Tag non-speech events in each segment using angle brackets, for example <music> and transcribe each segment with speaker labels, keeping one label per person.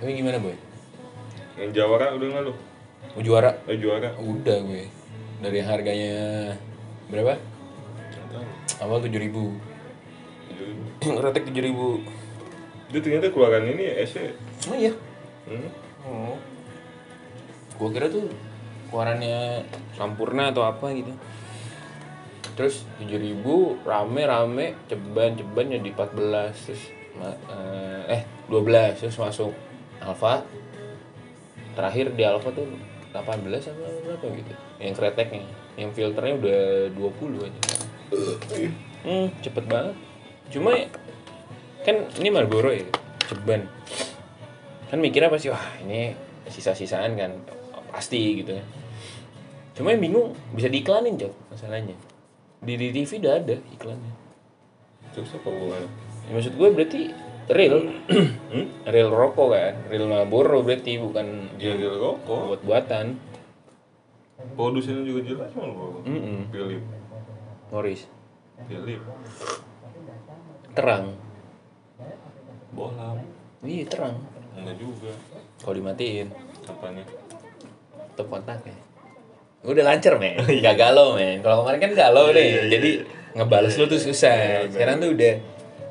Speaker 1: Tapi gimana boy?
Speaker 2: Yang jawara udah nggak lu?
Speaker 1: Mau juara?
Speaker 2: Eh juara?
Speaker 1: Udah gue. Dari yang harganya berapa? Awal tujuh ribu. <clears throat> Retek tujuh ribu.
Speaker 2: Dia ternyata keluaran ini ya, S-nya.
Speaker 1: Oh iya.
Speaker 2: Hmm?
Speaker 1: Oh. Gue kira tuh keluarannya Sampurna atau apa gitu. Terus 7000 rame-rame ceban-ceban jadi 14 terus ma- eh 12 terus masuk Alfa. Terakhir di Alfa tuh 18 apa berapa gitu. Yang kreteknya, yang filternya udah 20 aja. Hmm, cepet banget. Cuma ya, kan ini Marlboro ya, ceban kan mikirnya pasti wah ini sisa-sisaan kan pasti gitu kan cuma yang bingung bisa diiklanin cok masalahnya di, di TV udah ada iklannya
Speaker 2: Terus apa hubungannya?
Speaker 1: Ya, maksud gue berarti real <clears throat> real rokok kan real Marlboro berarti bukan
Speaker 2: Ya, Dia jual rokok.
Speaker 1: buat buatan
Speaker 2: Produsennya juga jelas malu rokok.
Speaker 1: Mm-mm.
Speaker 2: Philip.
Speaker 1: Morris
Speaker 2: Philip.
Speaker 1: terang
Speaker 2: Bolam.
Speaker 1: iya terang
Speaker 2: Enggak juga.
Speaker 1: kalau dimatiin
Speaker 2: Apanya?
Speaker 1: tetap kontaknya udah lancar men
Speaker 2: <laughs>
Speaker 1: gak galau men kalau kemarin kan galau
Speaker 2: Iya, iya,
Speaker 1: deh jadi
Speaker 2: iya.
Speaker 1: ngebales lu tuh
Speaker 2: Iya,
Speaker 1: susah
Speaker 2: bener.
Speaker 1: sekarang tuh udah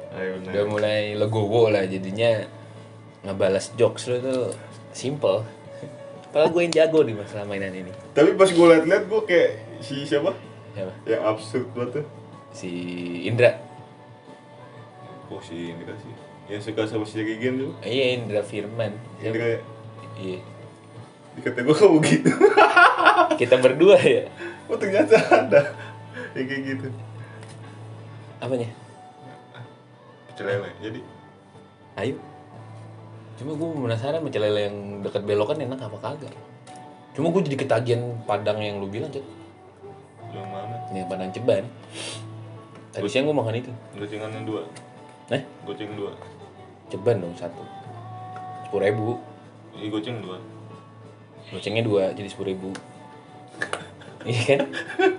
Speaker 2: Ayo
Speaker 1: udah
Speaker 2: naik.
Speaker 1: mulai legowo lah jadinya ngebalas jokes lu tuh simple padahal gue yang jago di masalah mainan ini
Speaker 2: Tapi pas gue liat-liat gue kayak si siapa?
Speaker 1: Siapa?
Speaker 2: Yang absurd banget tuh.
Speaker 1: si Indra
Speaker 2: Oh si Indra sih. Yang suka sama si Regen tuh.
Speaker 1: Eh, iya Indra Firman Siapa?
Speaker 2: Indra
Speaker 1: iya
Speaker 2: dikata gue kamu gitu.
Speaker 1: kita berdua ya
Speaker 2: <laughs> Oh ternyata ada yang kayak gitu.
Speaker 1: apanya
Speaker 2: Celele. Jadi
Speaker 1: ayo cuma gue penasaran sama celele yang dekat belokan enak apa kagak cuma gue jadi ketagihan padang yang lu bilang cek
Speaker 2: yang mana?
Speaker 1: yang padang ceban tadi siang gue makan itu
Speaker 2: Gocengan yang dua.
Speaker 1: eh
Speaker 2: Goceng dua.
Speaker 1: ceban dong satu sepuluh ribu
Speaker 2: Ini goceng dua.
Speaker 1: Gocengnya dua jadi sepuluh ribu Iya kan?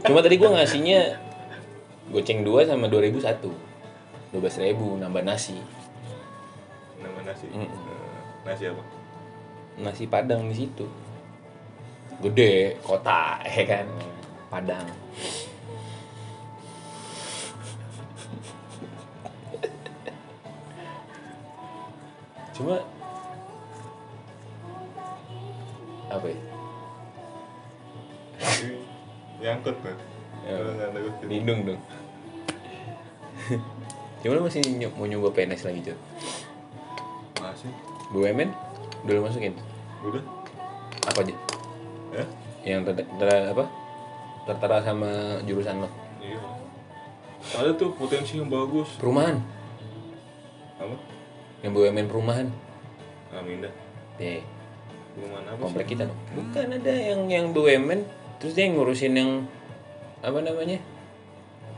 Speaker 1: Cuma tadi gua ngasihnya goceng dua sama dua ribu satu dua belas ribu nambah nasi
Speaker 2: Nama nasi.
Speaker 1: Mm-mm.
Speaker 2: Eh, Nasi apa?
Speaker 1: nasi padang di situ gede kota ya kan padang cuma apa ya?
Speaker 2: Tapi nyangkut kan.
Speaker 1: Ya.
Speaker 2: Kalau nggak gitu. ada goceng.
Speaker 1: Lindung dong. <laughs> Gimana masih ny- mau nyoba PNS lagi, Jod?
Speaker 2: Masih.
Speaker 1: BUMN? Udah lu masukin?
Speaker 2: Udah.
Speaker 1: Apa aja?
Speaker 2: Ya?
Speaker 1: Yang ter, ter- apa? Tertera sama jurusan lo?
Speaker 2: Iya. Ada tuh potensi yang bagus.
Speaker 1: Perumahan?
Speaker 2: Apa?
Speaker 1: Yang BUMN perumahan?
Speaker 2: Aminda.
Speaker 1: Deh,
Speaker 2: Rumah apa sih?
Speaker 1: komplek kita dong. Bukan ada yang yang BUMN, terus dia ngurusin yang apa namanya?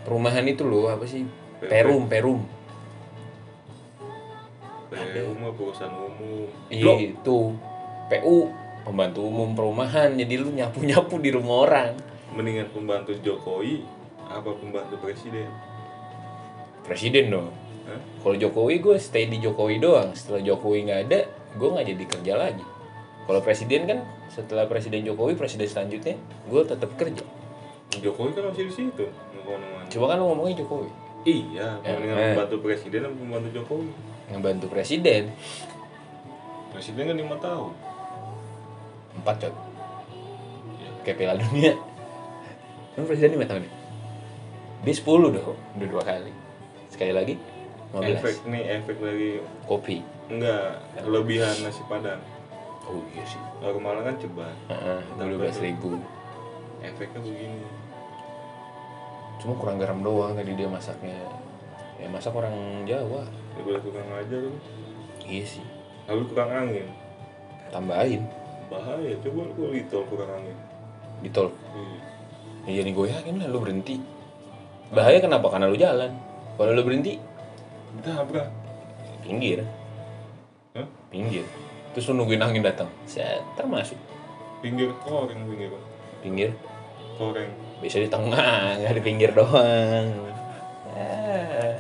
Speaker 1: Perumahan itu loh, apa sih? Perum, Perum.
Speaker 2: Kayak rumah perusahaan umum. Blok.
Speaker 1: Iya, itu PU pembantu umum perumahan jadi lu nyapu nyapu di rumah orang
Speaker 2: Mendingan pembantu Jokowi apa pembantu presiden?
Speaker 1: presiden dong
Speaker 2: Hah?
Speaker 1: Kalau Jokowi gue stay di Jokowi doang. Setelah Jokowi nggak ada, gue nggak jadi kerja lagi. Kalau presiden kan setelah presiden Jokowi presiden selanjutnya gue tetap kerja.
Speaker 2: Jokowi kan masih di situ. ngomong-ngomong.
Speaker 1: Coba kan lo ngomongin Jokowi
Speaker 2: Iya, mendingan
Speaker 1: Eh.
Speaker 2: pembantu presiden apa pembantu Jokowi?
Speaker 1: ngebantu presiden
Speaker 2: Presiden kan lima tahun.
Speaker 1: empat coy kayak Piala Dunia. Emang presiden lima tahun ya? Dia sepuluh dong, udah dua kali. Sekali lagi, 15.
Speaker 2: Efek nih efek dari
Speaker 1: Kopi.
Speaker 2: enggak kelebihan nasi padang.
Speaker 1: Oh iya sih.
Speaker 2: Kalau kemarin kan ceban.
Speaker 1: Dua belas ribu.
Speaker 2: Efeknya begini.
Speaker 1: Cuma kurang garam doang tadi dia masaknya. Ya masak orang Jawa.
Speaker 2: Ya gue kurang aja lu.
Speaker 1: Iya sih.
Speaker 2: Lalu kurang angin.
Speaker 1: tambahin
Speaker 2: Bahaya, coba lu kalau gitu kurang angin.
Speaker 1: di tol
Speaker 2: Iya.
Speaker 1: ya jadi goyakin lah lu berhenti bahaya kenapa karena lu jalan kalau lu berhenti
Speaker 2: Dabrak.
Speaker 1: pinggir
Speaker 2: Hah?
Speaker 1: pinggir terus lu nungguin angin datang saya termasuk
Speaker 2: Pinggir koreng pinggir.
Speaker 1: pinggir
Speaker 2: Koreng.
Speaker 1: biasa di tengah <laughs> nggak di pinggir doang ah,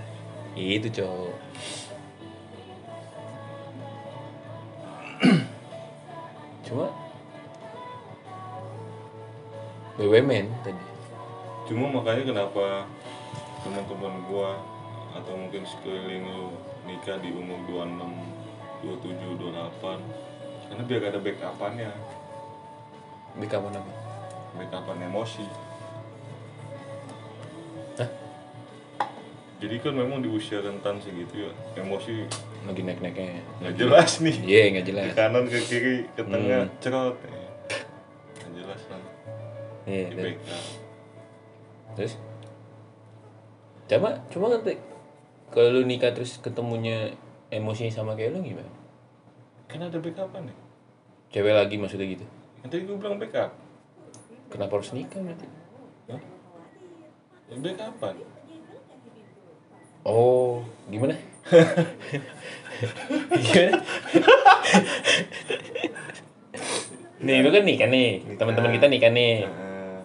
Speaker 1: itu cowok <clears throat> cuma BUMN tadi
Speaker 2: Cuma makanya kenapa teman-teman gua atau mungkin sekeliling lu nikah di umur 26, 27, 28 karena biar ada backupannya,
Speaker 1: di kapan apa
Speaker 2: backupan emosi.
Speaker 1: Hah?
Speaker 2: Jadi kan memang di usia rentan segitu ya, emosi
Speaker 1: lagi naik naiknya
Speaker 2: nggak jelas nih.
Speaker 1: iya nggak jelas
Speaker 2: Ke kanan, ke kiri, ke tengah,
Speaker 1: Hmm.
Speaker 2: cerot. Ya. Nggak jelas lah.
Speaker 1: iya
Speaker 2: Di
Speaker 1: terus-
Speaker 2: backup.
Speaker 1: terus cuma cuma kan Tik, kalau lu nikah terus ketemunya emosinya sama kayak lu gimana
Speaker 2: Kan ada backupan nih.
Speaker 1: cewek lagi maksudnya gitu
Speaker 2: Ya, tadi gue bilang backup.
Speaker 1: kenapa harus nikah berarti
Speaker 2: Hah? Ya, backupan.
Speaker 1: Eh. oh gimana gimana nih lu kan nikah nih teman-teman kita nikah nih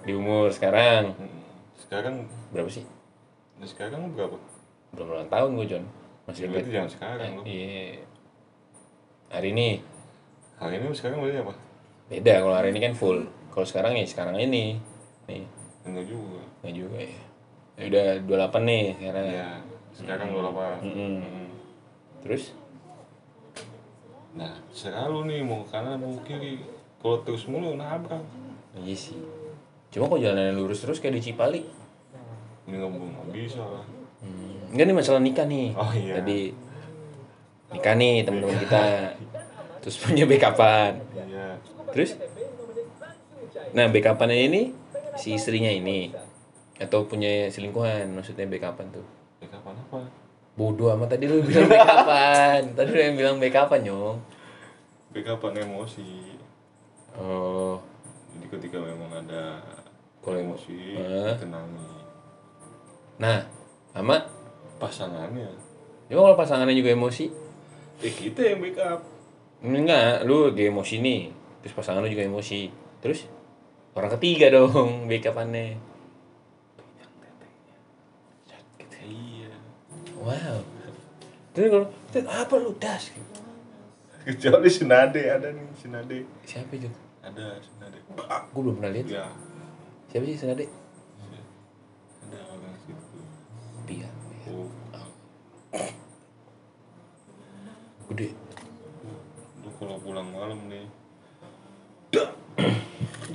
Speaker 1: di umur sekarang
Speaker 2: Nah, Hmm. Sekarang,
Speaker 1: berapa sih
Speaker 2: ya sekarang berapa?
Speaker 1: Iya, belum ulang tahun gue John masih
Speaker 2: Ya,
Speaker 1: deket
Speaker 2: berarti jangan sekarang lu.
Speaker 1: iya hari ini
Speaker 2: Hari ini sekarang berarti apa?
Speaker 1: beda kalau hari ini kan full kalau sekarang ya sekarang ini nih
Speaker 2: Enggak juga.
Speaker 1: nggak juga ya Ya udah 28 nih sekarang
Speaker 2: Ya, sekarang
Speaker 1: Hmm.
Speaker 2: lu apa?
Speaker 1: Mm-mm. terus
Speaker 2: Nah, serah lu nih mau ke kanan mau ke kiri. Kalau terus mulu nabrak.
Speaker 1: iya sih cuma kok jalanannya lurus terus kayak di Cipali
Speaker 2: Ini nggak nggak bisa lah.
Speaker 1: hmm. enggak nih masalah nikah nih
Speaker 2: Oh, iya.
Speaker 1: tadi nikah nih teman-teman kita terus punya backupan
Speaker 2: Iya.
Speaker 1: terus nah backupannya ini si istrinya ini atau punya selingkuhan maksudnya backupan tuh
Speaker 2: Backupan apa?
Speaker 1: Bodoh amat tadi lu bilang
Speaker 2: <laughs>
Speaker 1: backupan. tadi lu yang bilang backupan, Nyong.
Speaker 2: Backupan emosi.
Speaker 1: Oh,
Speaker 2: Jadi ketika memang ada
Speaker 1: Kalau emo-
Speaker 2: emosi,
Speaker 1: Eh.
Speaker 2: tenangi
Speaker 1: nah, sama
Speaker 2: pasangannya.
Speaker 1: Cuma kalau pasangannya juga emosi,
Speaker 2: Eh kita yang backup.
Speaker 1: enggak, lu dia emosi nih. Terus pasangan lu juga emosi. Terus orang ketiga dong <laughs> backupannya.
Speaker 2: Iya.
Speaker 1: Wow. Terus kalau "Tet, apa lu das?
Speaker 2: Kecuali Sinade ada nih Sinade.
Speaker 1: Siapa itu?
Speaker 2: Ada Sinade.
Speaker 1: Gue belum pernah lihat.
Speaker 2: Ya.
Speaker 1: Siapa sih sengaja?
Speaker 2: Ada orang situ.
Speaker 1: Pia.
Speaker 2: Oh,
Speaker 1: Gede.
Speaker 2: lu kalau pulang malam nih. Dah. <clears throat>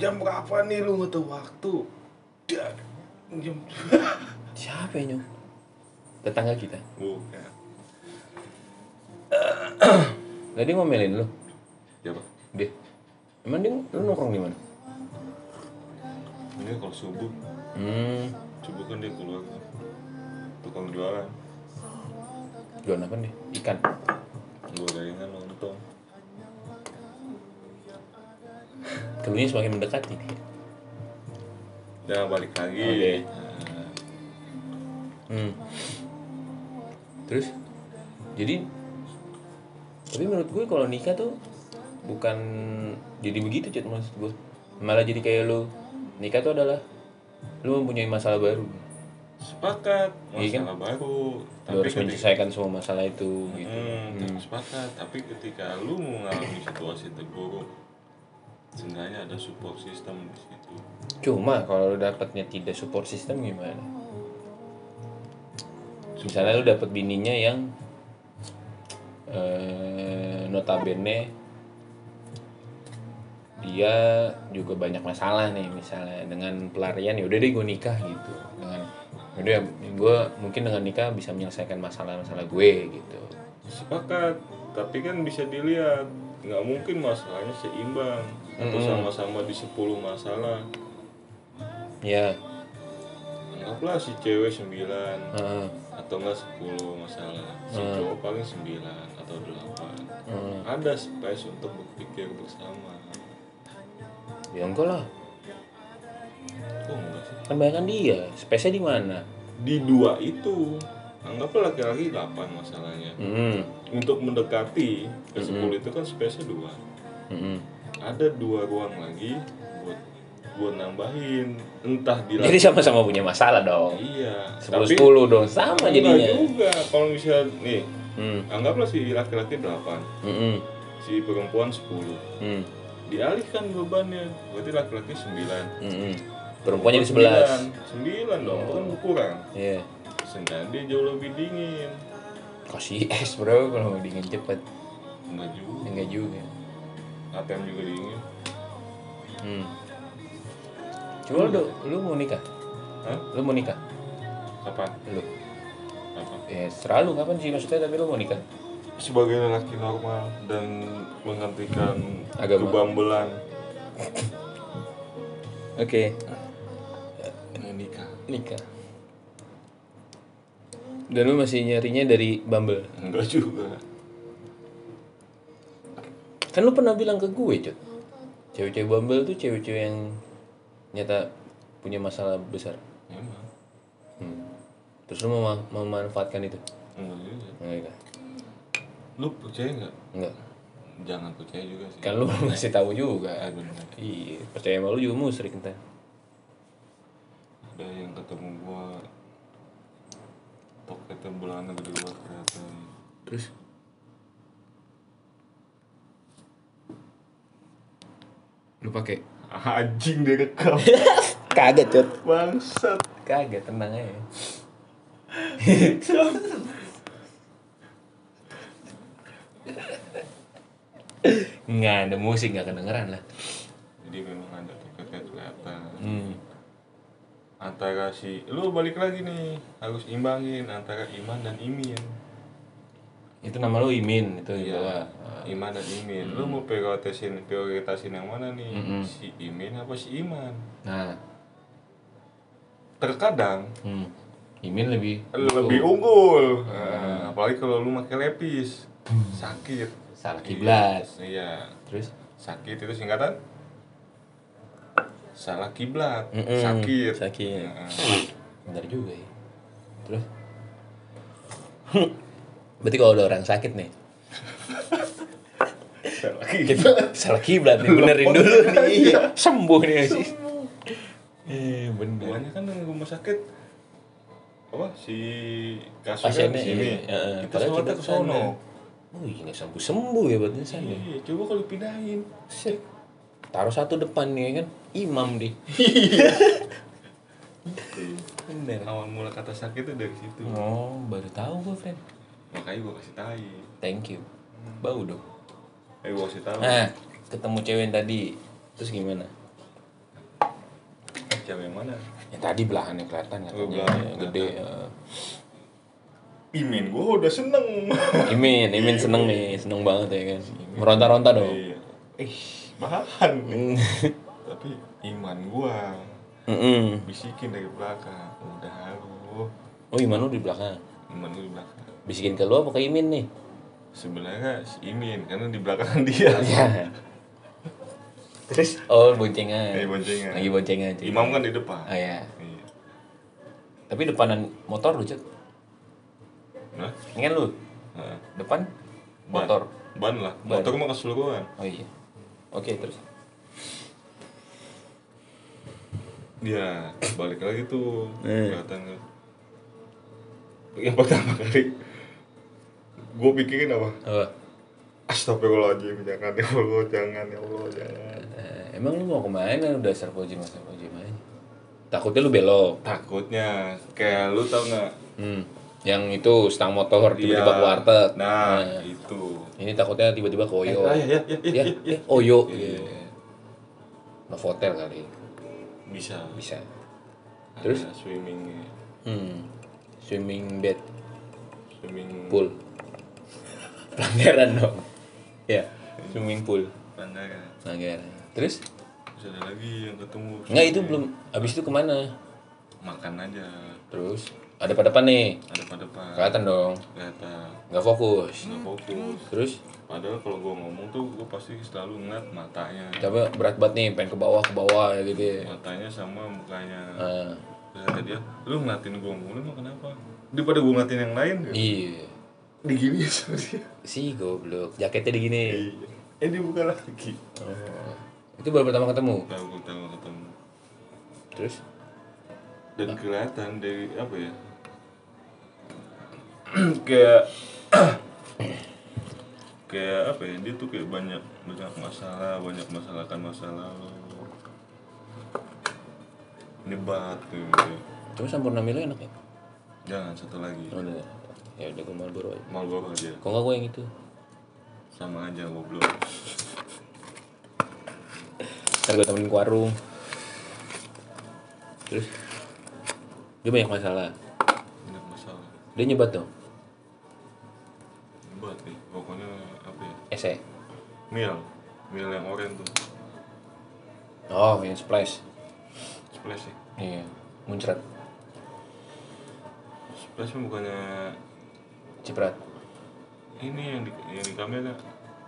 Speaker 2: Jam berapa nih lu nggak tahu waktu? Dah. Jam. <laughs>
Speaker 1: Siapa ya, Nyong? Tetangga kita.
Speaker 2: Oh, ya.
Speaker 1: Tadi ngomelin lu.
Speaker 2: Siapa?
Speaker 1: Dia. Emang dia lu nongkrong di mana?
Speaker 2: Ini kalau subuh,
Speaker 1: Hmm,
Speaker 2: subuh kan dia keluar tukang jualan.
Speaker 1: jualan apa nih? Ikan.
Speaker 2: Gorengan lontong.
Speaker 1: Keluarnya semakin mendekati.
Speaker 2: Ya balik lagi.
Speaker 1: Oke.
Speaker 2: Nah,
Speaker 1: Hmm. Terus, jadi, tapi menurut gue kalau nikah tuh bukan jadi begitu cut maksud gue. Malah jadi kayak lu nikah tuh adalah lu mempunyai masalah baru.
Speaker 2: sepakat
Speaker 1: Iya kan?
Speaker 2: masalah baru
Speaker 1: Lu harus menyelesaikan semua masalah itu. Gitu.
Speaker 2: Hmm, tetap sepakat. Tapi ketika lu mengalami situasi terburuk, seenggaknya ada support system di situ.
Speaker 1: Cuma kalau lu dapatnya tidak support system gimana? Misalnya lu dapat bininya yang eh, notabene dia juga banyak masalah nih misalnya dengan pelarian ya udah deh gue nikah gitu dengan "Ya udah gue mungkin dengan nikah bisa menyelesaikan masalah-masalah gue gitu
Speaker 2: Sepakat. Tapi kan bisa dilihat, nggak mungkin masalahnya seimbang atau
Speaker 1: Mm-mm.
Speaker 2: sama-sama di 10 masalah.
Speaker 1: ya
Speaker 2: Anggaplah si cewek 9
Speaker 1: heeh,
Speaker 2: atau enggak 10 masalah. Si
Speaker 1: Hmm.
Speaker 2: cowok paling 9 atau 8.
Speaker 1: heeh.
Speaker 2: Ada space untuk berpikir bersama.
Speaker 1: ya enggak lah
Speaker 2: Kok enggak sih?
Speaker 1: kan bayangkan dia space di mana
Speaker 2: Di dua itu, anggaplah laki-laki 8 masalahnya.
Speaker 1: Mm-mm,
Speaker 2: untuk mendekati ke 10 itu kan space-nya dua
Speaker 1: mm-mm.
Speaker 2: ada dua ruang lagi buat buat nambahin entah di
Speaker 1: jadi sama-sama punya masalah dong
Speaker 2: iya
Speaker 1: sepuluh sepuluh dong sama
Speaker 2: enggak
Speaker 1: jadinya
Speaker 2: juga kalau misalnya nih
Speaker 1: hmm
Speaker 2: anggaplah si laki-laki 8
Speaker 1: hmm
Speaker 2: si perempuan 10
Speaker 1: hmm
Speaker 2: di dialihkan bebannya berarti laki-laki 9
Speaker 1: Mm-mm. Perempuan jadi hmm. sebelas.
Speaker 2: 9 dong, itu kan kurang
Speaker 1: Iya.
Speaker 2: Sedangkan dia jauh lebih dingin
Speaker 1: Kasih es bro kalau mau dingin cepet.
Speaker 2: Enggak juga,
Speaker 1: Enggak juga.
Speaker 2: ATM juga dingin
Speaker 1: Hmm. Cuma lu, lu mau nikah?
Speaker 2: Hah?
Speaker 1: Lu mau nikah?
Speaker 2: Kapan?
Speaker 1: Lu?
Speaker 2: Kapan?
Speaker 1: Ya, selalu kapan sih maksudnya tapi lu mau nikah?
Speaker 2: Sebagai lelaki normal dan menghentikan
Speaker 1: Agama.
Speaker 2: kebambelan
Speaker 1: Oke.
Speaker 2: Menikah
Speaker 1: Nikah. Dan lu masih nyarinya dari Bumble.
Speaker 2: Enggak juga
Speaker 1: Kan lu pernah bilang ke gue, Cut. Cewek-cewek Bumble tuh cewek-cewek yang nyata punya masalah besar.
Speaker 2: Emang?
Speaker 1: Hmm. Terus lu mau mem- memanfaatkan itu?
Speaker 2: Enggak juga
Speaker 1: Enggak. enggak.
Speaker 2: Lu percaya nggak?
Speaker 1: Enggak.
Speaker 2: Jangan percaya juga sih
Speaker 1: Kan lu <laughs> belum ngasih tahu juga.
Speaker 2: Ah, bener.
Speaker 1: Iya, percaya sama lu juga musrik entar.
Speaker 2: Ada yang ketemu gua Toketnya bulanan gede banget kelihatan
Speaker 1: Terus lu pakai
Speaker 2: Anjing <laughs> direkam
Speaker 1: kaget cut
Speaker 2: Bangsat
Speaker 1: kaget tenang aja nggak ada musik nggak kedengeran lah
Speaker 2: Jadi memang ada toketnya kelihatan
Speaker 1: hmm.
Speaker 2: antara si lu balik lagi nih harus imbangin antara iman dan imin Iya,
Speaker 1: itu nama lu Imin itu di bawah.
Speaker 2: iman dan imin lu mau prioritasin prioritasin yang mana nih
Speaker 1: Mm-mm.
Speaker 2: si imin apa si iman
Speaker 1: nah
Speaker 2: terkadang
Speaker 1: hmm. Imin lebih
Speaker 2: lebih unggul
Speaker 1: Ah.
Speaker 2: Nah, apalagi kalau lu pakai lepis sakit
Speaker 1: Hmm. Salah kiblat.
Speaker 2: iya
Speaker 1: terus
Speaker 2: sakit itu singkatan salah kiblat
Speaker 1: Mm-mm.
Speaker 2: sakit
Speaker 1: Sakit.
Speaker 2: Nah,
Speaker 1: benar juga ya terus berarti kalau ada orang sakit nih <laughs>
Speaker 2: salah
Speaker 1: kita salah kiblat nih benerin dulu nih iya. sembuh nih sih eh bener
Speaker 2: Banyak kan yang rumah sakit apa si kasusnya
Speaker 1: Pasiennya
Speaker 2: di sini.
Speaker 1: ini, eh,
Speaker 2: kita
Speaker 1: padahal
Speaker 2: sholatnya
Speaker 1: kita
Speaker 2: ke sono.
Speaker 1: kesana. oh iya nggak sembuh sembuh ya buatnya sana
Speaker 2: Iya, coba kalau pindahin.
Speaker 1: Set. taruh satu depan nih kan imam deh bener
Speaker 2: Awal mula kata sakit itu dari situ.
Speaker 1: oh baru tahu gue friend
Speaker 2: Makanya gua kasih tai.
Speaker 1: thank you
Speaker 2: Hmm.
Speaker 1: bau dong
Speaker 2: Eh gua kasih tahu.
Speaker 1: nah ketemu cewek yang tadi terus gimana
Speaker 2: Eh, Cewek yang mana?
Speaker 1: yang Ya, tadi belahannya kelihatan
Speaker 2: Oh,
Speaker 1: katanya
Speaker 2: belahan
Speaker 1: gede
Speaker 2: Imin gua udah seneng.
Speaker 1: eh. imin imin seneng nih seneng banget ya kan meronta-ronta dong
Speaker 2: Iya. Eh, bahan. Tapi iman gua
Speaker 1: <laughs> Mm-mm.
Speaker 2: bisikin dari belakang. Udah lu.
Speaker 1: Oh Iman lu di belakang.
Speaker 2: Iman lu di belakang.
Speaker 1: Bisikin ke lu apa ke Imin nih?
Speaker 2: Sebenarnya si Imin karena di belakang <laughs> dia.
Speaker 1: Iya. Terus? Oh boncengan.
Speaker 2: Eh, boncengan.
Speaker 1: Lagi boncengan. cuy.
Speaker 2: Imam kan di depan.
Speaker 1: Oh ya.
Speaker 2: Iya.
Speaker 1: Tapi depanan motor lu cek.
Speaker 2: Nah,
Speaker 1: Ingat lu?
Speaker 2: nah,
Speaker 1: Depan
Speaker 2: ban.
Speaker 1: motor.
Speaker 2: Ban lah.
Speaker 1: Ban.
Speaker 2: Motor mah keseluruhan.
Speaker 1: Oh iya. Oke terus.
Speaker 2: Dia Iya.
Speaker 1: Iya.
Speaker 2: balik lagi tuh.
Speaker 1: Eh.
Speaker 2: Kelihatan kan. Yang pertama kali gue pikirin apa?
Speaker 1: Apa?
Speaker 2: Astagfirullahaladzim, jangan ya Allah, jangan ya Allah, jangan.
Speaker 1: Eh, emang lu mau kemana? Udah serpoji mas serpoji aja. Takutnya lu belok.
Speaker 2: Takutnya kayak lu tau nggak?
Speaker 1: Hmm. Yang itu stang motor tiba-tiba
Speaker 2: Iya.
Speaker 1: ke warteg. Iya.
Speaker 2: Nah, itu.
Speaker 1: Ini takutnya tiba-tiba koyo.
Speaker 2: Eh, ya, ya, ya,
Speaker 1: ya,
Speaker 2: ya,
Speaker 1: eh, oyo.
Speaker 2: Iya.
Speaker 1: Iya. Novotel kali.
Speaker 2: Bisa.
Speaker 1: Bisa. Terus?
Speaker 2: Ada swimming
Speaker 1: Hmm. Swimming bed,
Speaker 2: swimming
Speaker 1: pool. Pelanggaran dong. Ya, swimming pool.
Speaker 2: Pelanggaran.
Speaker 1: Pelanggaran. Terus?
Speaker 2: Terus ada lagi yang ketemu. Iya.
Speaker 1: Enggak itu belum. Habis itu kemana?
Speaker 2: Makan aja.
Speaker 1: Terus ada pada depan nih.
Speaker 2: Ada pada depan.
Speaker 1: Kelihatan dong.
Speaker 2: Kelihatan.
Speaker 1: Nggak fokus.
Speaker 2: nggak fokus
Speaker 1: Terus
Speaker 2: padahal kalau gue ngomong tuh gue pasti selalu ngeliat matanya
Speaker 1: coba berat banget nih, pengen ke bawah ke bawah ya gitu. Ya.
Speaker 2: matanya sama mukanya
Speaker 1: Nah,
Speaker 2: terus kata dia lu ngeliatin gue mulu emang kenapa daripada gue ngeliatin yang lain ya?
Speaker 1: iya.
Speaker 2: digini sama dia
Speaker 1: Si goblok. Jaketnya digini.
Speaker 2: Iya. eh dibuka lagi
Speaker 1: Oh. Itu baru pertama ketemu.
Speaker 2: tahu gue tahu ketemu
Speaker 1: Terus
Speaker 2: dan kelihatan dari apa ya kayak <clears throat> kayak apa ya dia tuh kayak banyak banyak masalah banyak masalah kan masalah lalu nyebat tuh
Speaker 1: Cuma Sampurna Milo enak ya?
Speaker 2: jangan satu lagi
Speaker 1: Oh, udah. Ya udah gue Marlboro aja.
Speaker 2: Marlboro aja
Speaker 1: Kok enggak gue yang itu?
Speaker 2: sama aja goblok
Speaker 1: Ntar gue temenin ke warung. Terus dia banyak masalah.
Speaker 2: banyak masalah
Speaker 1: Dia nyebat dong.
Speaker 2: nyebat nih pokoknya apa ya
Speaker 1: Ese.
Speaker 2: mil mil yang oranye tuh
Speaker 1: Oh, yang splash.
Speaker 2: splash ya
Speaker 1: Iya. Muncrat.
Speaker 2: splash mah bukannya
Speaker 1: Ciprat.
Speaker 2: ini yang di yang di kamera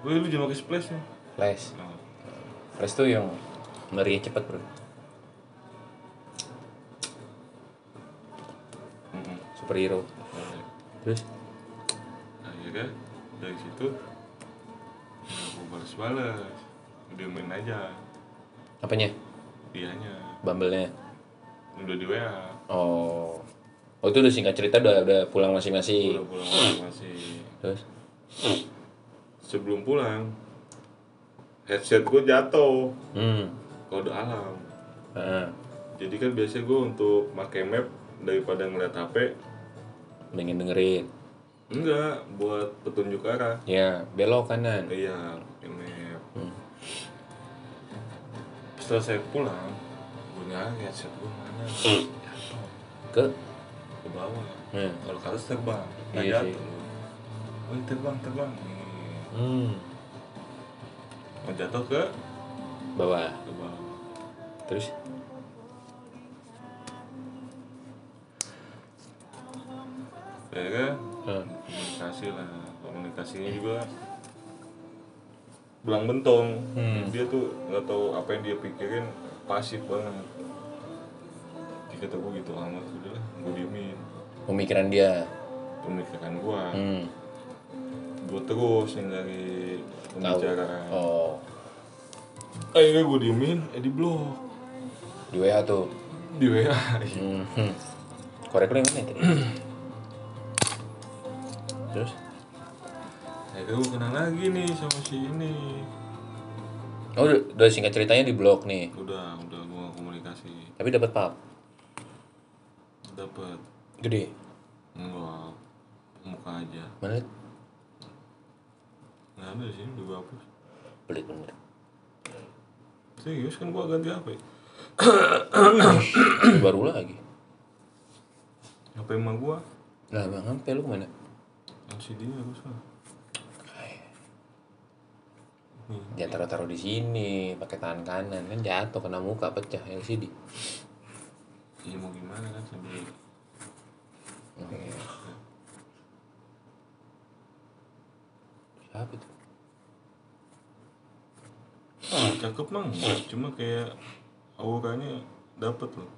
Speaker 2: Wih lu jangan pakai splash nih
Speaker 1: Flash.
Speaker 2: nah,
Speaker 1: Flash tuh yang larinya cepat bro.
Speaker 2: mm-mm.
Speaker 1: Superhero.
Speaker 2: Nah,
Speaker 1: Terus?
Speaker 2: akhirnya Nah, iya kan? dari situ ya, gue balas balas udah main aja
Speaker 1: Apanya?
Speaker 2: dianya
Speaker 1: Bumble-nya.
Speaker 2: udah di WA
Speaker 1: Oh. Oh itu udah singkat cerita udah udah pulang masing-masing.
Speaker 2: udah pulang masih
Speaker 1: Terus?
Speaker 2: sebelum pulang headset gue jatuh
Speaker 1: Hmm.
Speaker 2: kode alam
Speaker 1: Heeh.
Speaker 2: jadi kan biasanya gue untuk pakai map daripada ngeliat HP
Speaker 1: pengen dengerin.
Speaker 2: enggak buat petunjuk arah
Speaker 1: Ya, belok kanan.
Speaker 2: iya pakai map
Speaker 1: Hmm.
Speaker 2: setelah saya pulang gue nyari headset gue mana jatuh
Speaker 1: Ke?
Speaker 2: ke bawah
Speaker 1: Hmm.
Speaker 2: kalau ke atas terbang nggak
Speaker 1: Iya sih.
Speaker 2: jatuh Wih, terbang terbang Nih.
Speaker 1: Hmm.
Speaker 2: mau jatuh ke
Speaker 1: Bawah.
Speaker 2: ke bawah
Speaker 1: Terus?
Speaker 2: akhirnya
Speaker 1: Hmm.
Speaker 2: komunikasi lah komunikasinya juga belang bentong
Speaker 1: Hmm.
Speaker 2: dia tuh nggak tahu apa yang dia pikirin pasif banget jika gue gitu amat udah lah gue diemin
Speaker 1: Pemikiran dia.
Speaker 2: pemikiran gue
Speaker 1: Hmm.
Speaker 2: gue terus yang dari
Speaker 1: Tahu.
Speaker 2: pembicaraan
Speaker 1: Oh.
Speaker 2: akhirnya gue diemin eh di blok
Speaker 1: Di WA tuh.
Speaker 2: di WA
Speaker 1: Hmm. Korek lu yang mana tadi? <clears throat> Terus?
Speaker 2: akhirnya gue kenal lagi nih sama si ini
Speaker 1: Oh, udah udah singkat ceritanya di blog nih.
Speaker 2: udah udah gue komunikasi
Speaker 1: Tapi dapat pap.
Speaker 2: dapat
Speaker 1: Gede.
Speaker 2: enggak muka aja
Speaker 1: Mana?
Speaker 2: nggak ada di sini udah gue hapus
Speaker 1: Pelit bener. <clears throat>
Speaker 2: Serius kan gua ganti HP.
Speaker 1: Tapi baru lagi.
Speaker 2: HP emak gua
Speaker 1: Lah, bang, sampai lu kemana?
Speaker 2: LCD-nya rusak. Nih,
Speaker 1: Jangan taruh-taruh di sini, pakai tangan kanan kan jatuh kena muka pecah LCD.
Speaker 2: ya mau gimana kan sambil
Speaker 1: Oke. Siapa itu?
Speaker 2: Ah, cakep mang, cuma kayak auranya dapet loh.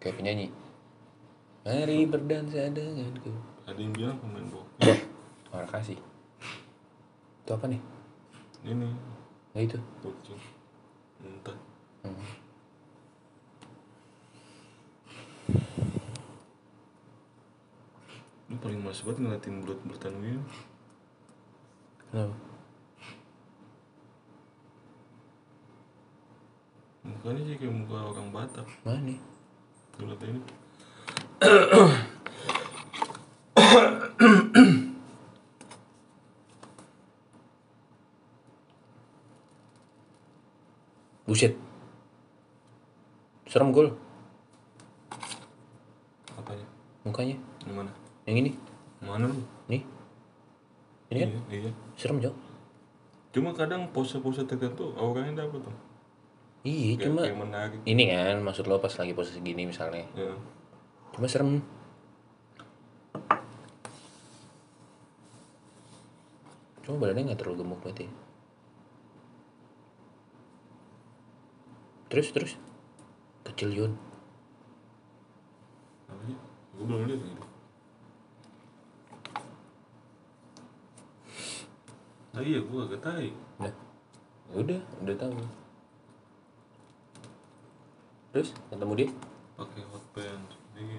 Speaker 1: Kayak penyanyi. Mari berdansa denganku.
Speaker 2: Ada yang bilang pemain bokep.
Speaker 1: Terima kasih. Itu apa nih?
Speaker 2: Ini
Speaker 1: Nah itu.
Speaker 2: kucing. Entah.
Speaker 1: Hmm.
Speaker 2: Lu paling males banget ngeliatin bulat-bulatan gini.
Speaker 1: Kenapa?
Speaker 2: Mukanya sih kayak muka orang Batak.
Speaker 1: Mana nih?
Speaker 2: Bulat ini.
Speaker 1: Buset. Serem gol
Speaker 2: Apanya?
Speaker 1: mukanya.
Speaker 2: Yang mana?
Speaker 1: Yang ini.
Speaker 2: Mana lu?
Speaker 1: Nih. Ini kan
Speaker 2: Iya, iya.
Speaker 1: serem, Jok.
Speaker 2: Cuma kadang pose-pose tertentu auranya dapet tuh.
Speaker 1: Iya,
Speaker 2: Kayak,
Speaker 1: cuma
Speaker 2: kayak menarik.
Speaker 1: ini kan maksud lo pas lagi posisi gini misalnya.
Speaker 2: Ya.
Speaker 1: Cuma serem. Cuma badannya nggak terlalu gemuk berarti. Terus terus kecil Yun.
Speaker 2: Apa sih? Gue belum lihat gitu. Ah iya, gue agak tai.
Speaker 1: Udah. Ya Udah, udah tahu. Terus ketemu dia?
Speaker 2: Pakai Iya. hot pants. Ini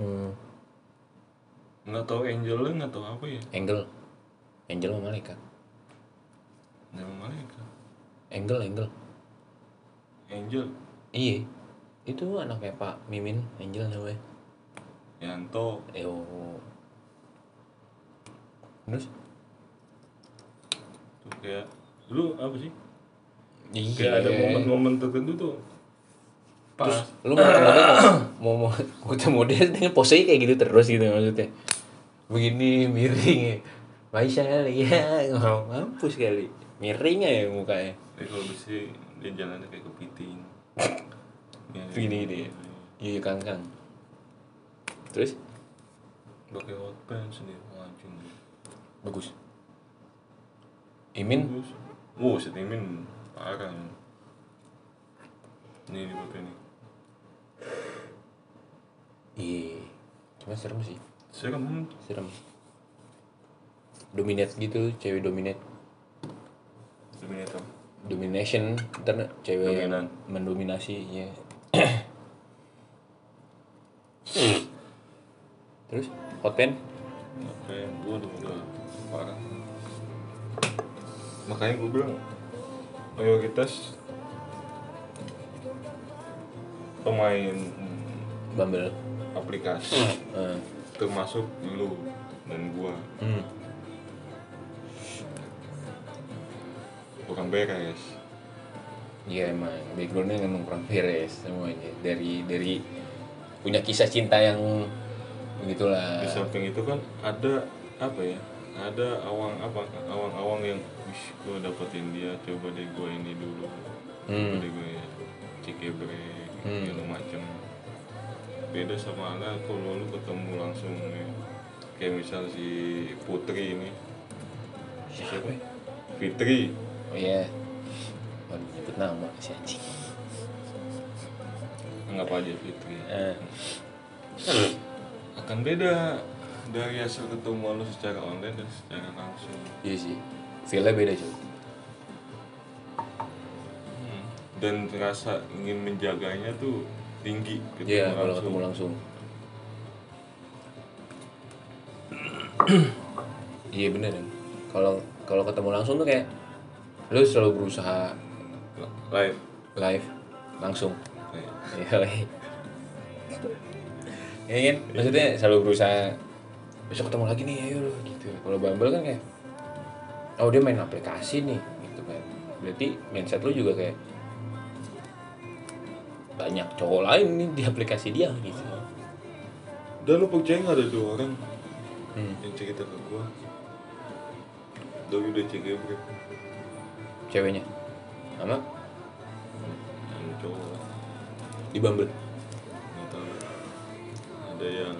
Speaker 1: Hmm.
Speaker 2: nggak tahu angelnya nggak tahu apa ya.
Speaker 1: Angel. Angel sama malaikat.
Speaker 2: Jalan Malaikat.
Speaker 1: Angle Angle
Speaker 2: Angel.
Speaker 1: iya itu anaknya Pak Mimin Angel namanya
Speaker 2: Yanto.
Speaker 1: Yo. Terus?
Speaker 2: Tuh kayak lu apa sih?
Speaker 1: Iya.
Speaker 2: Kayak ada momen-momen tertentu tuh. Pas.
Speaker 1: Terus lu mau ketemu dia mau mau mau ketemu dia dengan posenya kayak gitu terus gitu maksudnya. Begini miring ya. Maisha ya ngomong mampus kali. Miring ya mukanya.
Speaker 2: Tapi eh, kalau besi dia jalannya kayak kepiting. Ya,
Speaker 1: Gini gini. ya. Iya kang kang. Terus?
Speaker 2: Pakai hot pants sendiri anjing.
Speaker 1: Bagus. Imin
Speaker 2: Terus, wow, setimin parah. Ini dipakai nih.
Speaker 1: Iya. Cuma serem sih.
Speaker 2: Saya kan
Speaker 1: Serem. Dominate gitu, cewek dominate.
Speaker 2: Terminator.
Speaker 1: domination ntar cewek yang
Speaker 2: Dominan.
Speaker 1: mendominasi ya terus hot pen
Speaker 2: Oke, gua udah udah parah. Makanya gua bilang mayoritas pemain hmm,
Speaker 1: bumble
Speaker 2: aplikasi
Speaker 1: Eh,
Speaker 2: termasuk lu dan gua
Speaker 1: hmm.
Speaker 2: bukan beres.
Speaker 1: Iya emang backgroundnya memang kurang beres semuanya dari dari punya kisah cinta yang begitulah
Speaker 2: Di samping itu kan ada apa ya? Ada awang apa? Awang-awang yang wish gua dapetin dia, coba deh gua ini dulu.
Speaker 1: Hmm.
Speaker 2: Coba deh gua ya. Cikebrek,
Speaker 1: Hmm.
Speaker 2: segala macem. beda sama anak kalau lu ketemu langsung nih kayak misal si Putri ini
Speaker 1: siapa ya?
Speaker 2: Fitri
Speaker 1: oh iya waduh nyebut nama si anjing
Speaker 2: anggap aja Fitri
Speaker 1: Eh,
Speaker 2: akan beda dari hasil ketemuan lu secara online dan secara langsung
Speaker 1: iya sih feelnya beda sih
Speaker 2: dan rasa ingin menjaganya tuh tinggi
Speaker 1: iya kalau ketemu langsung <clears throat> iya bener kan kalau kalau ketemu langsung tuh kayak lu selalu berusaha
Speaker 2: live
Speaker 1: live langsung
Speaker 2: Kayak,
Speaker 1: iya weh. Iya kan maksudnya selalu berusaha besok ketemu lagi nih ayo lu," gitu kalau Bumble kan kayak oh dia main aplikasi nih gitu kan berarti mindset lu juga kayak banyak cowok lain nih di aplikasi dia gitu
Speaker 2: udah lu percaya nggak ada dua orang
Speaker 1: Hmm.
Speaker 2: yang cerita ke gua dari udah ya, cikebrek
Speaker 1: ceweknya sama
Speaker 2: yang cowok
Speaker 1: di Bumble
Speaker 2: nggak tahu ada yang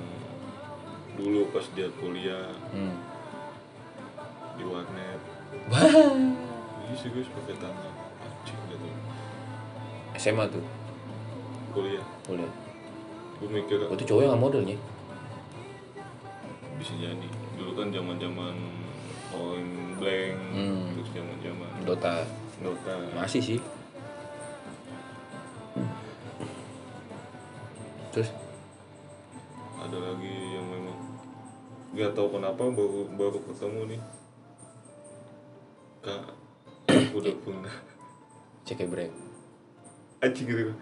Speaker 2: dulu pas dia kuliah
Speaker 1: hmm.
Speaker 2: di warnet
Speaker 1: wah
Speaker 2: ini sih gue pakai tangan anjing gitu
Speaker 1: SMA tuh
Speaker 2: kuliah
Speaker 1: boleh
Speaker 2: gue mikir
Speaker 1: oh, itu cowok yang sama modelnya
Speaker 2: bisa jadi dulu kan zaman zaman point blank
Speaker 1: Hmm.
Speaker 2: terus zaman zaman
Speaker 1: Dota
Speaker 2: Dota
Speaker 1: masih sih terus
Speaker 2: ada lagi yang memang nggak tahu kenapa baru baru ketemu nih kak aku udah punya <laughs>
Speaker 1: cek break
Speaker 2: anjing gitu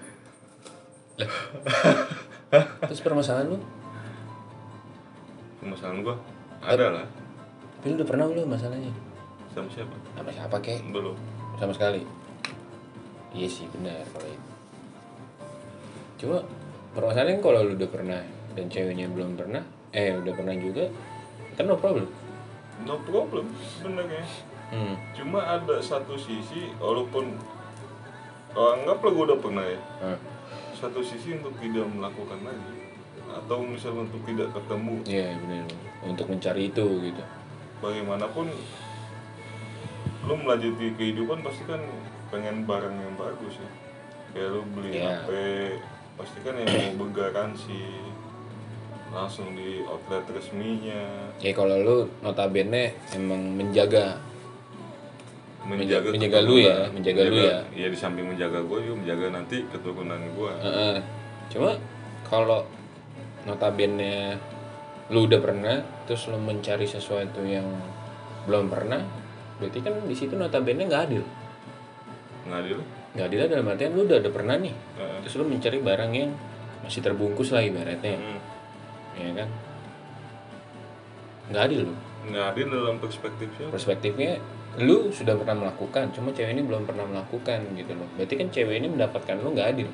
Speaker 1: terus permasalahan lu
Speaker 2: permasalahan gua ada lah
Speaker 1: tapi lu udah pernah belum masalahnya
Speaker 2: sama siapa
Speaker 1: sama siapa kek
Speaker 2: belum
Speaker 1: sama sekali iya sih benar kalau itu cuma permasalahan kalau lu udah pernah dan ceweknya belum pernah eh udah pernah juga kan no problem
Speaker 2: no problem sebenarnya
Speaker 1: hmm.
Speaker 2: cuma ada satu sisi walaupun oh, anggaplah gue udah pernah ya
Speaker 1: ah,
Speaker 2: satu sisi untuk tidak melakukan lagi atau misalnya untuk tidak ketemu
Speaker 1: iya benar untuk mencari itu gitu
Speaker 2: bagaimanapun lu melanjuti kehidupan pasti kan pengen barang yang bagus ya kayak lu beli
Speaker 1: Iya.
Speaker 2: HP pasti kan yang mau bergaransi langsung di outlet resminya
Speaker 1: ya kalau lu notabene emang menjaga Menjaga- menjaga lu ya,
Speaker 2: keturunan.
Speaker 1: menjaga lu
Speaker 2: iya di samping menjaga gue juga menjaga nanti keturunan gue
Speaker 1: Heeh. Cuma kalau notabene lu udah pernah terus lu mencari sesuatu yang belum pernah berarti kan di situ notabene nggak adil
Speaker 2: nggak adil
Speaker 1: nggak adil dalam artian lu udah ada pernah nih
Speaker 2: Heeh.
Speaker 1: terus lu mencari barang yang masih terbungkus lah ibaratnya
Speaker 2: Hmm.
Speaker 1: ya kan nggak adil lu
Speaker 2: nggak adil dalam perspektifnya
Speaker 1: perspektifnya lu sudah pernah melakukan cuma cewek ini belum pernah melakukan gitu loh berarti kan cewek ini mendapatkan lu nggak adil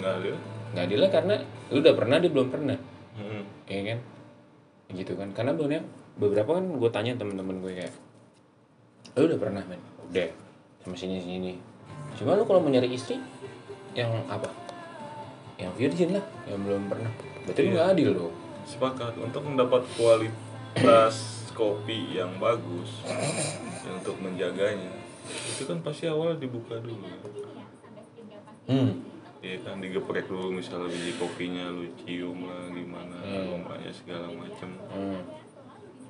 Speaker 2: nggak adil
Speaker 1: nggak adil lah karena lu udah pernah dia belum pernah
Speaker 2: Hmm.
Speaker 1: ya kan gitu kan karena banyak beberapa kan gue tanya temen-temen gue kayak lu udah pernah men udah sama sini sini cuma lu kalau mau nyari istri yang apa yang virgin lah yang belum pernah berarti lu nggak adil loh
Speaker 2: sepakat untuk mendapat kualitas kopi yang bagus dan untuk menjaganya itu kan pasti awal dibuka dulu
Speaker 1: hmm
Speaker 2: ya kan digeprek dulu misalnya biji kopinya lu cium lah gimana aromanya segala macam
Speaker 1: hmm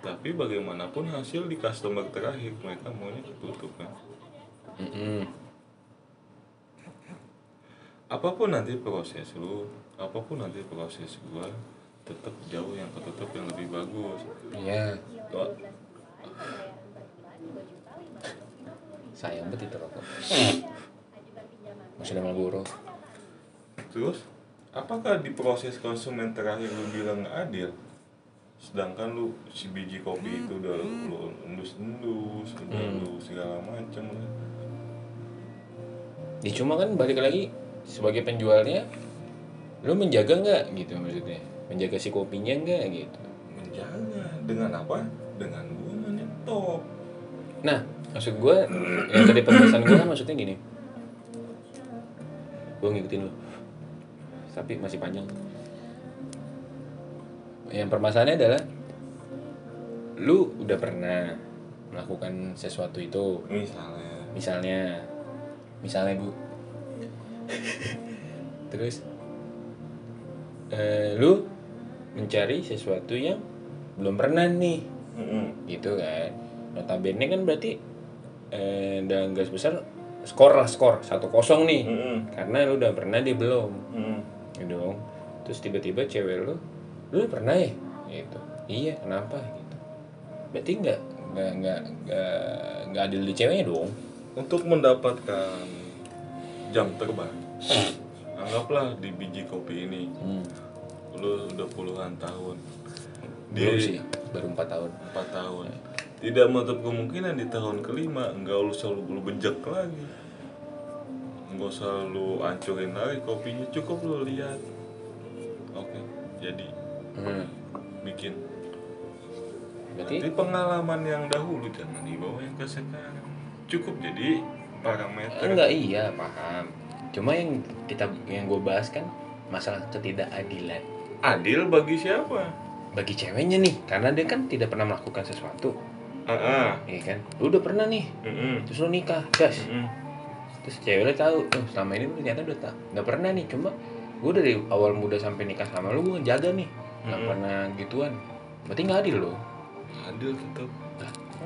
Speaker 2: tapi bagaimanapun hasil di customer terakhir mereka maunya ketutup kan
Speaker 1: Mm-mm.
Speaker 2: apapun nanti proses lu apapun nanti proses gua tetap jauh yang ketutup yang lebih bagus
Speaker 1: iya
Speaker 2: Wah,
Speaker 1: sayang banget itu rokok masih ada Marlboro
Speaker 2: Terus, apakah di proses konsumen terakhir lu bilang nggak adil? Sedangkan lu si biji kopi itu udah lu endus-endus, udah
Speaker 1: Hmm.
Speaker 2: lu segala macem lah.
Speaker 1: ya cuma kan balik lagi sebagai penjualnya lu menjaga nggak gitu maksudnya menjaga si kopinya nggak gitu
Speaker 2: Menjaga dengan apa? Dengan gua menyetop.
Speaker 1: Nah, maksud gue yang tadi pembahasan gue maksudnya gini. Gue ngikutin lo. Tapi masih panjang. Yang permasalahannya adalah lu udah pernah melakukan sesuatu itu.
Speaker 2: Misalnya,
Speaker 1: Misalnya misalnya Bu. <laughs> Terus eh, lu mencari sesuatu yang belum pernah nih
Speaker 2: Mm-mm.
Speaker 1: gitu kan notabene kan berarti eh, dalam garis besar skor lah skor satu kosong nih
Speaker 2: Mm-mm.
Speaker 1: karena lu udah pernah dia belum
Speaker 2: Mm.
Speaker 1: gitu dong terus tiba-tiba cewek lu lu udah pernah ya gitu iya kenapa gitu berarti nggak nggak nggak nggak- nggak adil di ceweknya dong
Speaker 2: Untuk mendapatkan jam terbang, anggaplah di biji kopi ini
Speaker 1: hmm.
Speaker 2: lu udah puluhan tahun.
Speaker 1: belum
Speaker 2: Di-
Speaker 1: sih baru empat tahun
Speaker 2: 4 tahun tidak menutup kemungkinan di tahun kelima enggak lu selalu lu bejek lagi enggak selalu ancurin lagi kopinya cukup lu lihat oke jadi
Speaker 1: hmm.
Speaker 2: bikin
Speaker 1: berarti
Speaker 2: nanti pengalaman yang dahulu jangan dibawa yang ke sekarang cukup jadi parameter
Speaker 1: enggak iya paham cuma yang kita yang gue bahas kan masalah ketidakadilan
Speaker 2: adil bagi siapa
Speaker 1: bagi ceweknya nih karena dia kan tidak pernah melakukan sesuatu
Speaker 2: ah
Speaker 1: ya kan lu udah pernah nih terus lu nikah gas terus cewek lu tahu oh, selama ini lu ternyata udah tak nggak pernah nih cuma gue dari awal muda sampai nikah sama lu gue ngejaga nih nggak
Speaker 2: Mm-mm.
Speaker 1: pernah gituan berarti nggak adil lo
Speaker 2: adil tetap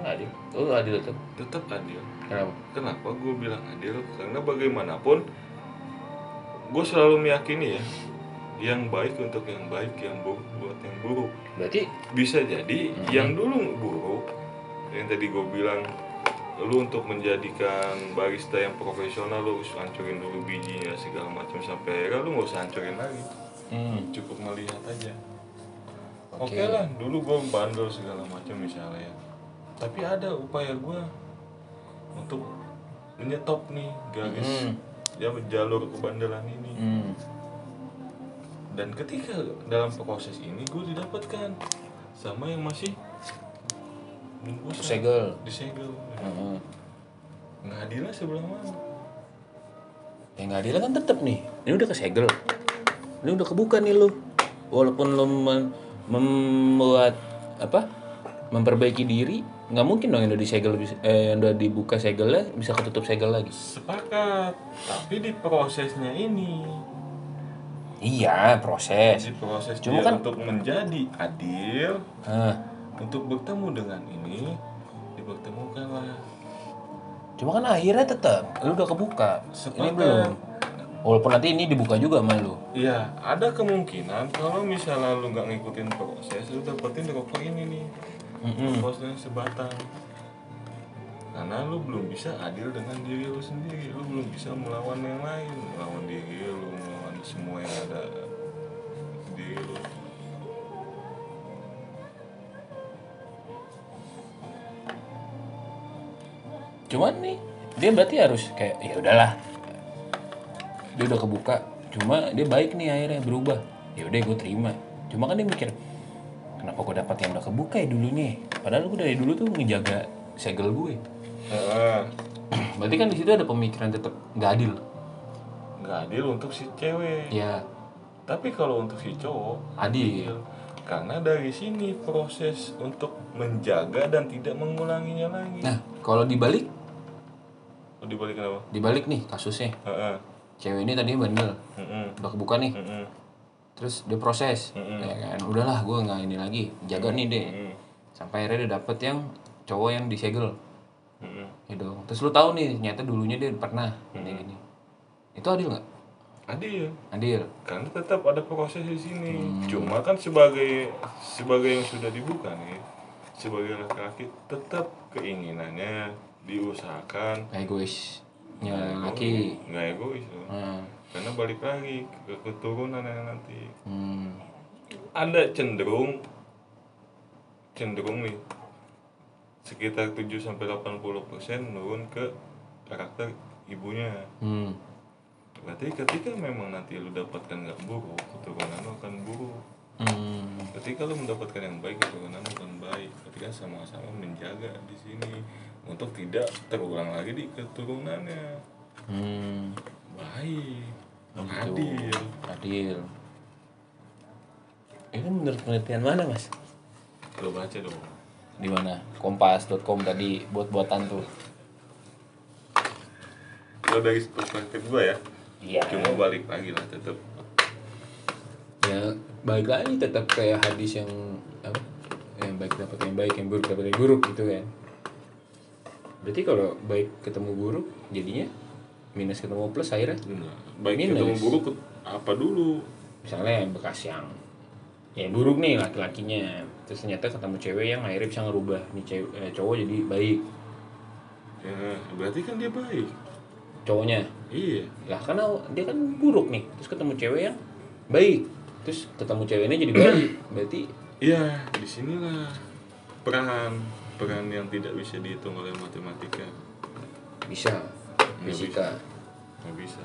Speaker 1: nggak adil lu adil tuh
Speaker 2: tetap adil
Speaker 1: kenapa
Speaker 2: Kenapa gue bilang adil? Karena bagaimanapun gue selalu meyakini ya yang baik untuk yang baik, yang buruk buat yang buruk.
Speaker 1: berarti
Speaker 2: Bisa jadi
Speaker 1: Mhm.
Speaker 2: yang dulu buruk, yang tadi gue bilang lu untuk menjadikan barista yang profesional lu harus hancurin dulu bijinya segala macam sampai akhirnya lu nggak usah hancurin lagi
Speaker 1: Hmm.
Speaker 2: cukup melihat aja oke
Speaker 1: Oke.
Speaker 2: lah dulu gue bandel segala macam misalnya ya tapi ada upaya gue untuk menyetop nih garis
Speaker 1: Mm.
Speaker 2: ya jalur kebandelan ini
Speaker 1: Hmm.
Speaker 2: dan ketika dalam proses ini gue didapatkan sama yang masih nunggu saya-
Speaker 1: Tersegel.
Speaker 2: disegel
Speaker 1: Heeh.
Speaker 2: nggak adil lah sebelah mana
Speaker 1: Ya nggak adil kan tetep nih. Ini udah kesegel. Ini udah kebuka nih lu. Walaupun lu men- membuat apa? Memperbaiki diri, nggak mungkin dong yang udah disegel bisa- eh, yang udah dibuka segelnya bisa ketutup segel lagi.
Speaker 2: sepakat tapi di prosesnya ini
Speaker 1: Iya, proses.
Speaker 2: di proses
Speaker 1: Cuma
Speaker 2: dia
Speaker 1: kan-
Speaker 2: untuk menjadi adil
Speaker 1: Nah,
Speaker 2: untuk bertemu dengan ini dipertemukanlah
Speaker 1: cuma kan akhirnya tetep lu udah kebuka. Ini
Speaker 2: Sepakat.
Speaker 1: belum. Walaupun nanti ini dibuka juga sama lu.
Speaker 2: Iya, ada kemungkinan kalau misalnya lu nggak ngikutin proses, lu dapetin rokok ini nih. Prosesnya sebatang. karena lu belum bisa adil dengan diri lu sendiri lu belum bisa melawan yang lain melawan diri lu melawan semua yang ada di diri lu
Speaker 1: cuman nih dia berarti harus kayak ya udahlah dia udah kebuka cuma dia baik nih akhirnya berubah ya udah gue terima cuma kan dia mikir kenapa gue dapat yang udah kebuka ya dulu nih padahal gue dari dulu tuh ngejaga segel gue <clears throat>
Speaker 2: Heeh.
Speaker 1: berarti kan di situ ada pemikiran tetap nggak adil
Speaker 2: nggak adil untuk si cewek
Speaker 1: ya
Speaker 2: tapi kalau untuk si cowok
Speaker 1: adil
Speaker 2: karena dari sini proses untuk menjaga dan tidak mengulanginya lagi
Speaker 1: nah kalau dibalik
Speaker 2: Lu dibalik kenapa
Speaker 1: dibalik nih kasusnya
Speaker 2: Heeh.
Speaker 1: cewek ini tadinya bandel
Speaker 2: Heeh.
Speaker 1: udah kebuka nih
Speaker 2: Heeh.
Speaker 1: terus dia proses
Speaker 2: Mm-mm.
Speaker 1: ya kan udahlah gue nggak ini lagi jaga nih deh
Speaker 2: Heeh.
Speaker 1: sampai akhirnya dia dapet yang cowok yang disegel
Speaker 2: Heeh.
Speaker 1: ya dong terus lu tahu nih ternyata dulunya dia pernah gini gini itu adil nggak
Speaker 2: adil
Speaker 1: adil
Speaker 2: kan tetap ada proses di sini
Speaker 1: Hmm.
Speaker 2: cuma kan sebagai sebagai yang sudah dibuka nih sebagai laki-laki tetap keinginannya diusahakan
Speaker 1: egoisnya Ya, laki
Speaker 2: nggak egois loh.
Speaker 1: hmm.
Speaker 2: karena balik lagi ke keturunan yang nanti
Speaker 1: Hmm.
Speaker 2: ada cenderung cenderung nih sekitar 7 sampai 80% menurun ke karakter ibunya.
Speaker 1: Hmm.
Speaker 2: Berarti ketika memang nanti lu dapatkan nggak buruk, keturunan lu akan buruk.
Speaker 1: Hmm.
Speaker 2: Ketika lu mendapatkan yang baik, keturunan lu akan baik. Ketika sama-sama menjaga di sini untuk tidak terulang lagi di keturunannya.
Speaker 1: Hmm.
Speaker 2: Baik.
Speaker 1: Gitu.
Speaker 2: Adil.
Speaker 1: adil itu menurut penelitian mana mas
Speaker 2: Lu baca dong.
Speaker 1: di mana kompas.com tadi buat-buatan tuh
Speaker 2: Kalau dari perspektif gua ya,
Speaker 1: iya
Speaker 2: cuma balik lagi lah tetap
Speaker 1: ya baik lagi tetap kayak hadis yang apa yang baik dapat yang baik yang buruk dapat yang buruk gitu kan berarti kalau baik ketemu buruk jadinya minus ketemu plus akhirnya
Speaker 2: Nah, baik
Speaker 1: Minus.
Speaker 2: ketemu guru ke- apa dulu?
Speaker 1: misalnya yang bekas yang ya yang buruk nih laki-lakinya terus ternyata ketemu cewek yang akhirnya bisa ngerubah nih cewek eh, cowok jadi baik
Speaker 2: Ya, berarti kan dia baik.
Speaker 1: cowoknya
Speaker 2: Iya.
Speaker 1: lah karena dia kan buruk nih terus ketemu cewek yang baik terus ketemu ceweknya jadi baik berarti
Speaker 2: Iya, disinilah peran peran yang tidak bisa dihitung oleh matematika.
Speaker 1: bisa
Speaker 2: Nggak
Speaker 1: fisika
Speaker 2: Nggak bisa.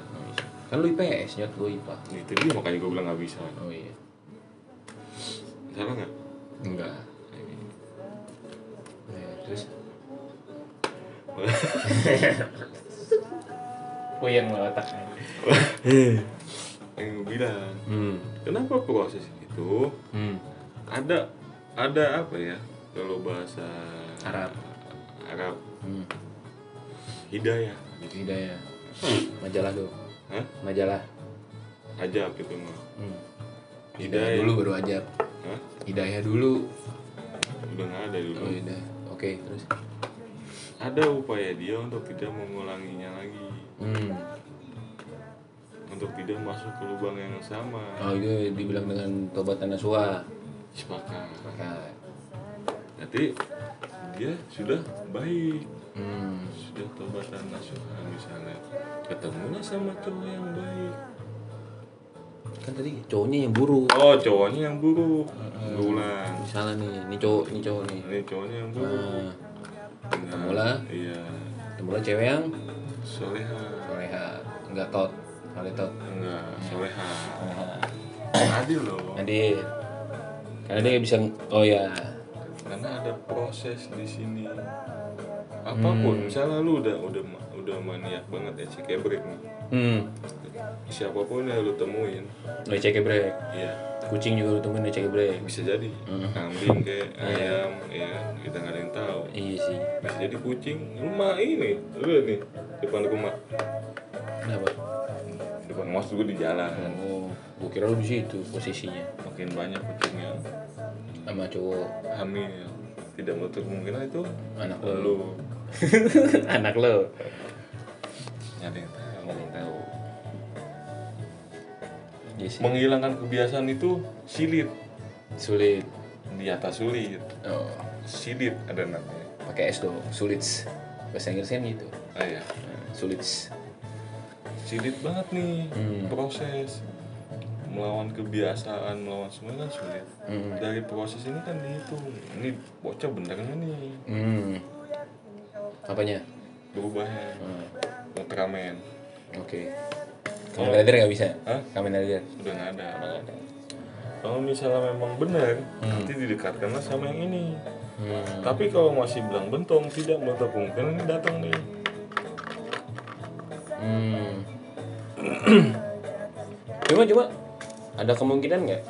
Speaker 1: kan lu IPS nyet lu IPA
Speaker 2: Nah, itu dia makanya gue bilang nggak bisa.
Speaker 1: Oh iya.
Speaker 2: Salah nggak?
Speaker 1: Enggak. Ya, terus <laughs> puyeng lah otaknya.
Speaker 2: yang gue bilang.
Speaker 1: Hmm.
Speaker 2: Kenapa proses itu
Speaker 1: Hmm.
Speaker 2: ada ada apa ya? Kalau bahasa
Speaker 1: Arab.
Speaker 2: Arab
Speaker 1: Hmm.
Speaker 2: hidayah.
Speaker 1: Tidak ya. Majalah tuh.
Speaker 2: Hah?
Speaker 1: Majalah.
Speaker 2: Ajab itu mah.
Speaker 1: Hmm.
Speaker 2: Hidayah.
Speaker 1: dulu baru ajab.
Speaker 2: Hah?
Speaker 1: Hidayah dulu.
Speaker 2: Udah nggak ada dulu.
Speaker 1: Oh, hidayah. Oke, terus.
Speaker 2: ada upaya dia untuk tidak mengulanginya lagi
Speaker 1: Hmm.
Speaker 2: untuk tidak masuk ke lubang yang sama
Speaker 1: Oh, itu dibilang dengan tobat dan nasuha.
Speaker 2: sepakat
Speaker 1: Maka
Speaker 2: berarti dia sudah baik
Speaker 1: hmm.
Speaker 2: sudah tobatan nasuha misalnya ketemulah sama cowok yang baik
Speaker 1: Kan tadi cowoknya yang buruk.
Speaker 2: oh cowoknya yang buruk berulang
Speaker 1: Misalnya nih, ini cowok, ini cowok nih.
Speaker 2: ini cowoknya yang buruk
Speaker 1: Nah,
Speaker 2: Nah,
Speaker 1: lah.
Speaker 2: iya
Speaker 1: kemudian cewek yang
Speaker 2: soleha
Speaker 1: soleha enggak tot soleh tot
Speaker 2: enggak soleha adil loh
Speaker 1: nanti Nah, karena dia bisa oh ya
Speaker 2: karena ada proses di sini apapun misalnya lu udah udah ma- udah maniak banget ya si kebrek nih
Speaker 1: hmm
Speaker 2: siapapun yang lu temuin
Speaker 1: lo cek break
Speaker 2: ya
Speaker 1: kucing juga lu temuin lo cek break
Speaker 2: bisa jadi kambing <laughs> kayak ayam ya kita nggak ada yang tahu
Speaker 1: iya sih
Speaker 2: bisa jadi kucing rumah ini lu lihat nih depan rumah
Speaker 1: kenapa
Speaker 2: depan rumah gue di jalan
Speaker 1: oh gua kira lu di situ posisinya
Speaker 2: makin banyak kucingnya
Speaker 1: sama cowok
Speaker 2: hamil tidak menutup kemungkinan itu
Speaker 1: anak lo
Speaker 2: lu
Speaker 1: <laughs> anak lo
Speaker 2: nggak ada yang tahu
Speaker 1: nggak ada yang tahu iya sih
Speaker 2: menghilangkan kebiasaan itu silit
Speaker 1: sulit
Speaker 2: di atas sulit
Speaker 1: oh
Speaker 2: silit ada namanya
Speaker 1: pakai es dong sulit bahasa Inggris kan gitu
Speaker 2: ah iya
Speaker 1: sulit
Speaker 2: sulit banget nih
Speaker 1: Hmm.
Speaker 2: proses melawan kebiasaan melawan semua kan sulit
Speaker 1: Hmm.
Speaker 2: dari proses ini kan dihitung ini bocah bener nggak nih
Speaker 1: hmm apanya
Speaker 2: berubahnya
Speaker 1: Hmm,
Speaker 2: Ultraman
Speaker 1: oke Kamen Rider nggak bisa
Speaker 2: Hah?
Speaker 1: Kamen Rider
Speaker 2: udah nggak ada kalau misalnya memang benar nanti didekatkanlah sama yang ini
Speaker 1: hmm.
Speaker 2: tapi kalau masih bilang bentong tidak maka kemungkinan ini datang nih
Speaker 1: hmm. <clears throat> cuma cuma ada kemungkinan nggak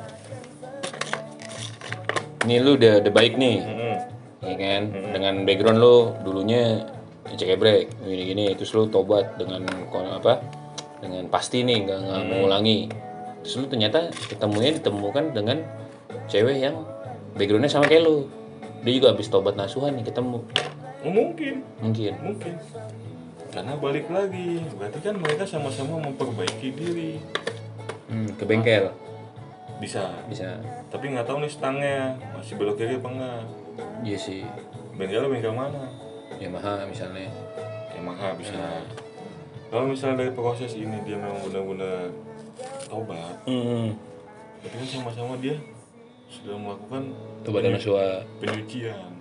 Speaker 1: ini lu udah udah baik nih
Speaker 2: Mm-mm.
Speaker 1: ya kan dengan background lo dulunya cekebrek gini gini terus lo tobat dengan kon- apa dengan pasti nih nggak nggak mengulangi terus lo ternyata ketemunya ditemukan dengan cewek yang backgroundnya sama kayak lo dia juga habis tobat nasuhan nih ketemu
Speaker 2: Oh, mungkin
Speaker 1: mungkin
Speaker 2: mungkin karena balik lagi berarti kan mereka sama-sama memperbaiki diri
Speaker 1: hmm, ke bengkel
Speaker 2: bisa
Speaker 1: bisa
Speaker 2: tapi nggak tahu nih stangnya masih belok kiri apa enggak
Speaker 1: iya sih
Speaker 2: bengkel bengkel mana
Speaker 1: Yamaha misalnya
Speaker 2: Yamaha bisa kalau misalnya dari proses ini dia memang benar-benar tobat
Speaker 1: hmm.
Speaker 2: tapi kan sama-sama dia sudah melakukan
Speaker 1: tobat dan nasuha
Speaker 2: penyucian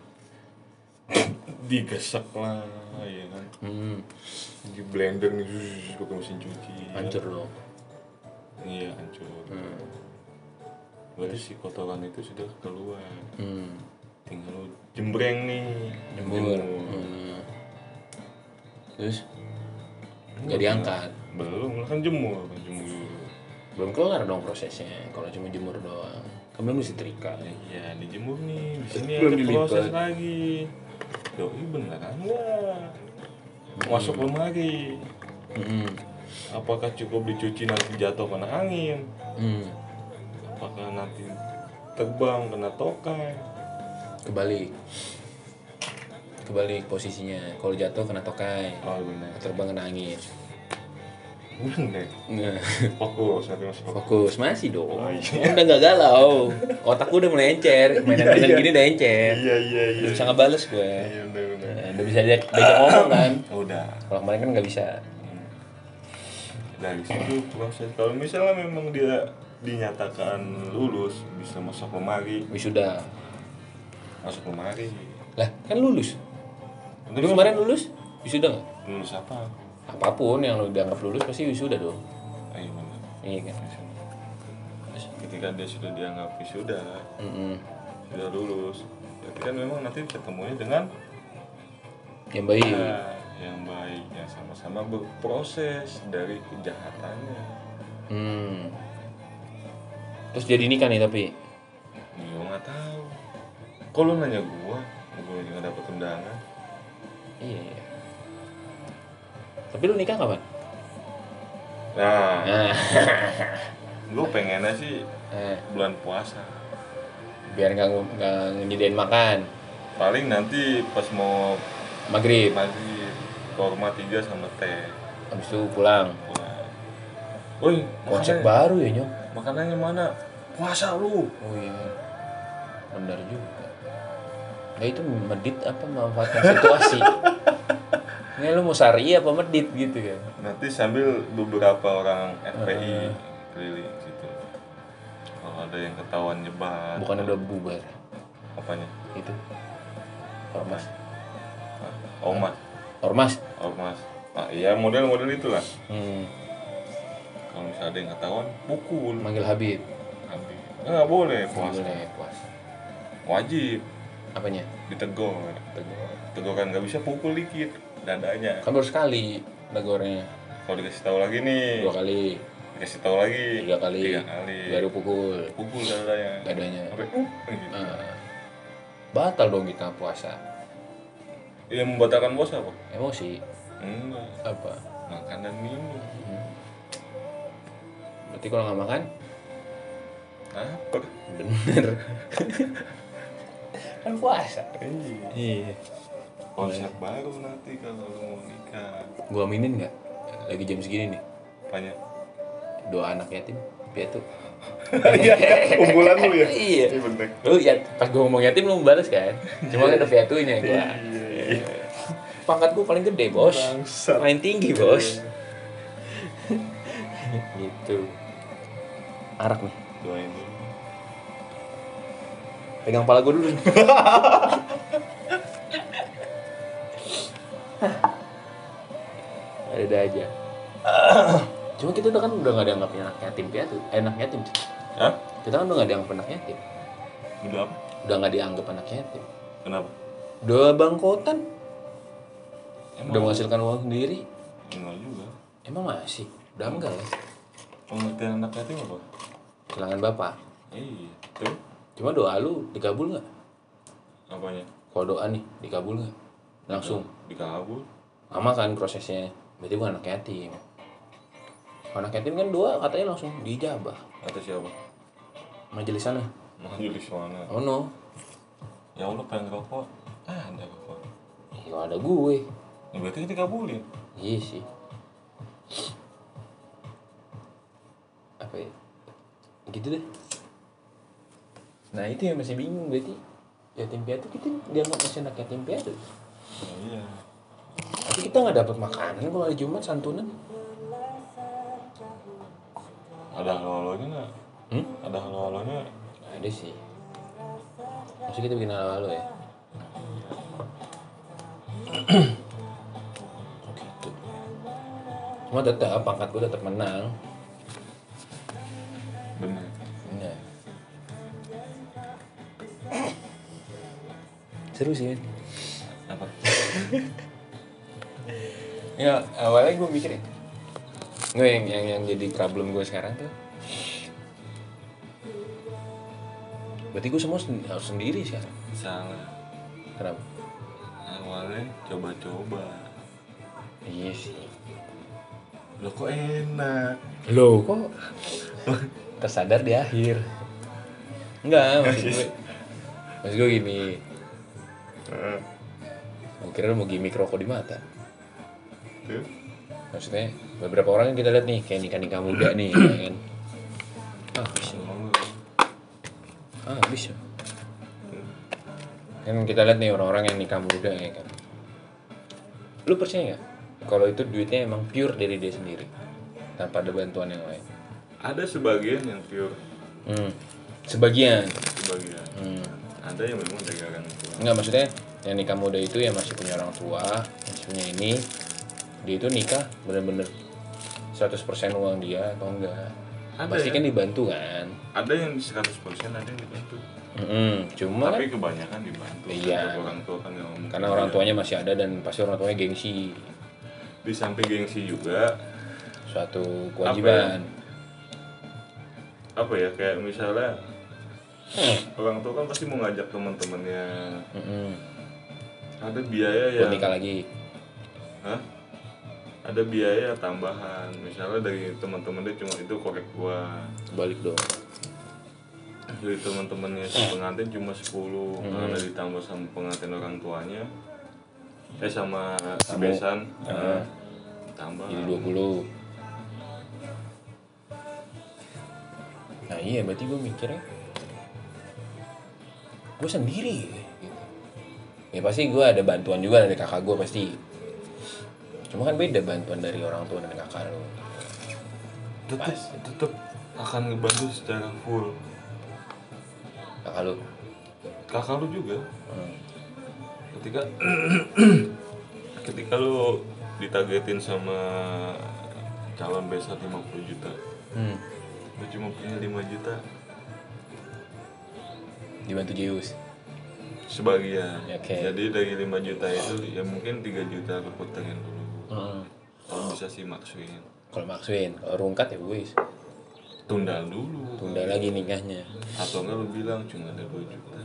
Speaker 2: digesek lah ya kan
Speaker 1: hmm.
Speaker 2: di blender nih zzz, pakai mesin cuci
Speaker 1: hancur lo
Speaker 2: iya hancur berarti si kotoran itu sudah keluar
Speaker 1: hmm.
Speaker 2: tinggal lu jembreng nih
Speaker 1: jembur hmm. terus nggak diangkat
Speaker 2: belum lah kan jemur kan jemur dulu
Speaker 1: belum kelar dong prosesnya kalau cuma jemur doang kan belum disetrika
Speaker 2: iya dijemur nih di sini
Speaker 1: Belum
Speaker 2: ada proses
Speaker 1: dilipat.
Speaker 2: lagi doi beneran nggak masuk lemari
Speaker 1: hmm.
Speaker 2: apakah cukup dicuci nanti jatuh kena angin
Speaker 1: Hmm.
Speaker 2: apakah nanti terbang kena tokai
Speaker 1: kebalik kebalik posisinya kalau jatuh kena tokai
Speaker 2: oh bener
Speaker 1: terbang kena angin
Speaker 2: bener
Speaker 1: nah,
Speaker 2: fokus nanti masuk fokus
Speaker 1: <laughs> fokus masih dong udah nggak galau otak gua udah mulai encer mainan-mainan gini udah encer
Speaker 2: iya iya iya
Speaker 1: udah bisa ngebales gue
Speaker 2: iya bener bener Ya
Speaker 1: udah bisa diajak diajak ngomong kan
Speaker 2: udah
Speaker 1: kalau kemarin kan nggak bisa
Speaker 2: dari situ proses kalau misalnya memang dia dinyatakan lulus bisa masuk lemari
Speaker 1: wisuda
Speaker 2: masuk lemari
Speaker 1: lah kan lulus lu
Speaker 2: Terus
Speaker 1: kemarin lulus wisuda nggak
Speaker 2: lulus apa
Speaker 1: apapun yang lu dianggap lulus pasti wisuda dong
Speaker 2: ayo bener
Speaker 1: iya kan
Speaker 2: Terus Ah, ketika dia sudah dianggap wisuda
Speaker 1: Mm-mm.
Speaker 2: sudah lulus berarti kan memang nanti ketemunya dengan
Speaker 1: yang baik
Speaker 2: eh, yang baik yang sama-sama berproses dari kejahatannya
Speaker 1: hmm. terus jadi nikah nih tapi
Speaker 2: Gue nggak tahu kok lu nanya gua gua juga nggak dapet undangan
Speaker 1: iya iya tapi lu nikah kapan
Speaker 2: nah
Speaker 1: nah <laughs>
Speaker 2: gua pengennya sih
Speaker 1: nah,
Speaker 2: bulan puasa
Speaker 1: biar nggak nggak nyediain makan
Speaker 2: paling nanti pas mau
Speaker 1: maghrib
Speaker 2: mandi korma tiga sama teh
Speaker 1: habis itu pulang
Speaker 2: Wah. woi
Speaker 1: konsep
Speaker 2: makanannya-
Speaker 1: baru ya nyok
Speaker 2: makanannya mana puasa lu
Speaker 1: oh iya benar juga nah itu medit apa
Speaker 2: <laughs>
Speaker 1: memanfaatkan situasi ini lu mau sari apa medit gitu kan
Speaker 2: nanti sambil beberapa orang FPI keliling situ kalau ada yang ketahuan nyebat
Speaker 1: bukan udah bubar
Speaker 2: apanya
Speaker 1: itu ormas
Speaker 2: Hah? Ah, ormas
Speaker 1: ormas
Speaker 2: ormas ah iya model-model itulah
Speaker 1: hmm.
Speaker 2: kalau misalnya ada yang ketahuan pukul
Speaker 1: manggil Habib
Speaker 2: habis nggak boleh puasa
Speaker 1: boleh puas
Speaker 2: wajib
Speaker 1: apanya
Speaker 2: ditegur teguran nggak bisa pukul dikit dadanya
Speaker 1: kan baru sekali negornya
Speaker 2: kalau dikasih tahu lagi nih
Speaker 1: dua kali
Speaker 2: dikasih tahu lagi
Speaker 1: tiga kali,
Speaker 2: tiga kali
Speaker 1: baru pukul
Speaker 2: pukul dadanya
Speaker 1: dadanya
Speaker 2: sampai uh gitu.
Speaker 1: Ah. batal dong kita puasa
Speaker 2: yang Iya, membatalkan puasa apa
Speaker 1: emosi
Speaker 2: enggak
Speaker 1: apa
Speaker 2: makan dan minum
Speaker 1: berarti kalau nggak makan
Speaker 2: apa
Speaker 1: bener <laughs> kan puasa
Speaker 2: iya
Speaker 1: iya
Speaker 2: konsep baru nanti kalau lu mau nikah
Speaker 1: gua aminin nggak lagi jam segini nih
Speaker 2: banyak
Speaker 1: dua anak yatim piatu <laughs>
Speaker 2: iya kumpulan lu ya
Speaker 1: Iya.
Speaker 2: Iya, bener
Speaker 1: lu ya pas gua ngomong yatim lu balas kan cuma kan ada piatunya gua
Speaker 2: Iya.
Speaker 1: pangkat gue paling gede bos
Speaker 2: Bangsat.
Speaker 1: paling tinggi bos <laughs> gitu arak nih
Speaker 2: doain dulu
Speaker 1: pegang pala gue dulu <laughs> ada aja cuma kita udah kan udah gak dianggap anak yatim piatu eh, anak yatim Cuk.
Speaker 2: Hah?
Speaker 1: kita kan udah gak dianggap anak yatim
Speaker 2: udah apa?
Speaker 1: udah gak dianggap anak yatim
Speaker 2: kenapa?
Speaker 1: udah bangkotan
Speaker 2: Emang?
Speaker 1: udah menghasilkan uang sendiri
Speaker 2: enggak juga
Speaker 1: emang masih udah enggak lah
Speaker 2: pengertian anak yatim apa?
Speaker 1: kehilangan bapak
Speaker 2: iya tuh
Speaker 1: cuma doa lu dikabul nggak
Speaker 2: apanya?
Speaker 1: kalau doa nih dikabul nggak langsung
Speaker 2: dikabul
Speaker 1: lama kan prosesnya berarti bukan anak yatim Kalau anak yatim kan dua katanya langsung dijabah
Speaker 2: atau siapa?
Speaker 1: majelis sana
Speaker 2: majelis mana?
Speaker 1: oh no
Speaker 2: ya Allah pengen rokok ah ada rokok
Speaker 1: ya ada gue
Speaker 2: ya, berarti dikabulin
Speaker 1: iya sih apa ya gitu deh nah itu yang masih bingung berarti yatim piatu kita dianggap masih anak yatim piatu
Speaker 2: ya, iya
Speaker 1: tapi kita nggak dapat makanan kalau hari Jumat santunan
Speaker 2: ada halo-halonya nggak?
Speaker 1: hmm?
Speaker 2: ada halo-halonya
Speaker 1: ada Nah, sih maksudnya kita bikin halo-halo ya gitu cuma tetap ah, pangkat gue tetap menang
Speaker 2: bener
Speaker 1: Bener. seru sih men
Speaker 2: apa?
Speaker 1: ya awalnya gue mikirin gue yang, yang yang jadi problem gue sekarang tuh berarti gue semua sen- harus sendiri sekarang
Speaker 2: salah
Speaker 1: kenapa
Speaker 2: awalnya coba-coba
Speaker 1: iya sih
Speaker 2: Loh kok enak?
Speaker 1: Loh kok tersadar di akhir? <laughs> Enggak, maksud gue. Maksud gue gini,
Speaker 2: Eh,
Speaker 1: gue kira lu mau gimmick rokok di mata.
Speaker 2: Tuh.
Speaker 1: Maksudnya beberapa orang yang kita lihat nih kayak nikah nikah muda nih, ya kan? <clears throat> Ah, habis, ya. ah, habis ya.
Speaker 2: Emang lu.
Speaker 1: Kan kita lihat nih orang-orang yang nikah muda ya kan. Lu percaya nggak? Kalau itu duitnya emang pure dari dia sendiri, tanpa ada bantuan yang lain.
Speaker 2: Ada sebagian yang pure,
Speaker 1: Hmm. Sebagian.
Speaker 2: sebagian.
Speaker 1: Hmm.
Speaker 2: Ada yang memang dari orang tua.
Speaker 1: Enggak maksudnya yang nikah muda itu ya masih punya orang tua, masih punya ini. Dia itu nikah bener-bener 100% uang dia atau enggak.
Speaker 2: Ada
Speaker 1: Pasti
Speaker 2: ya?
Speaker 1: kan dibantu kan.
Speaker 2: Ada yang 100% ada yang dibantu.
Speaker 1: Mm-mm, Cuma
Speaker 2: Tapi kebanyakan dibantu.
Speaker 1: kan- Iya.
Speaker 2: Untuk Orang tua kan nggak mungkin.
Speaker 1: karena orang tuanya masih ada dan pasti orang tuanya gengsi.
Speaker 2: Di samping gengsi juga,
Speaker 1: Suatu
Speaker 2: ya?
Speaker 1: kewajiban.
Speaker 2: apa ya kayak misalnya
Speaker 1: Hmm.
Speaker 2: orang tua kan pasti mau ngajak teman-temannya.
Speaker 1: Mm-mm.
Speaker 2: Ada
Speaker 1: Buat
Speaker 2: biaya yang
Speaker 1: nikah lagi.
Speaker 2: Hah? Ada biaya tambahan. Misalnya dari teman-teman dia cuma itu korek gua.
Speaker 1: Balik dong.
Speaker 2: dari teman-temannya
Speaker 1: Hmm.
Speaker 2: si pengantin cuma 10 karena ditambah sama pengantin orang tuanya eh sama si
Speaker 1: Tamu.
Speaker 2: besan
Speaker 1: Heeh.
Speaker 2: eh, tambah
Speaker 1: Jadi 20. Nah iya berarti gue mikirnya gue sendiri gitu. Ya pasti gue ada bantuan juga dari kakak gue pasti. Cuma kan beda bantuan dari orang tua dan kakak lo.
Speaker 2: tetap tetap akan ngebantu secara full
Speaker 1: Kakak lo.
Speaker 2: kakak lu juga
Speaker 1: Hmm.
Speaker 2: ketika <clears throat> ketika lu ditagetin sama calon besan 50 juta
Speaker 1: Hmm.
Speaker 2: lu cuma punya 5 juta
Speaker 1: Dibantu Zeus.
Speaker 2: sebagian
Speaker 1: Oke.
Speaker 2: jadi dari 5 juta itu ya mungkin 3 juta lu putengin dulu
Speaker 1: Hmm.
Speaker 2: kalau bisa sih maksuin
Speaker 1: Kalau maksuin, kalau rungkat ya wis
Speaker 2: tunda dulu
Speaker 1: tunda lagi nikahnya.
Speaker 2: atau enggak lu bilang cuma ada 2 juta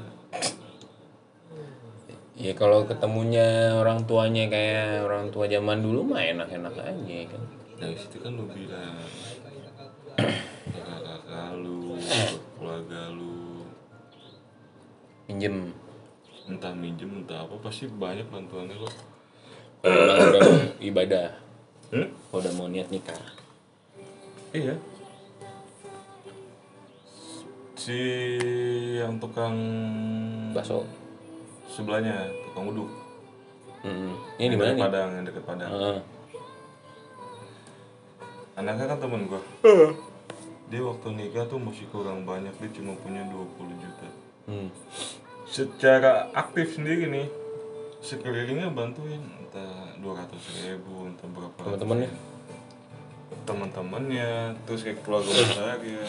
Speaker 1: Ya kalau ketemunya orang tuanya kayak orang tua zaman dulu mah enak-enak aja kan.
Speaker 2: dari situ kan lu bilang <clears throat> ke kakak lu ke keluarga lu
Speaker 1: Pinjem.
Speaker 2: entah minjem entah apa pasti banyak bantuannya kok
Speaker 1: Kalau udah- udah mau ibadah,
Speaker 2: Eh. hmm?
Speaker 1: kalau udah mau niat nikah.
Speaker 2: iya si yang tukang
Speaker 1: Bakso.
Speaker 2: sebelahnya tukang uduk
Speaker 1: Mm-mm. Hmm. Ini di mana
Speaker 2: Yang deket
Speaker 1: nih? Ah.
Speaker 2: Padang, yang deket Padang.
Speaker 1: Heeh.
Speaker 2: Anaknya kan temen gua. Dia waktu nikah tuh musik kurang banyak, dia cuma punya 20 juta.
Speaker 1: Hmm.
Speaker 2: Secara aktif sendiri nih, sekelilingnya bantuin entah 200 ribu, entah berapa. ratus
Speaker 1: Teman-temannya?
Speaker 2: ribu. Teman-temannya, terus kayak keluarga besar ya.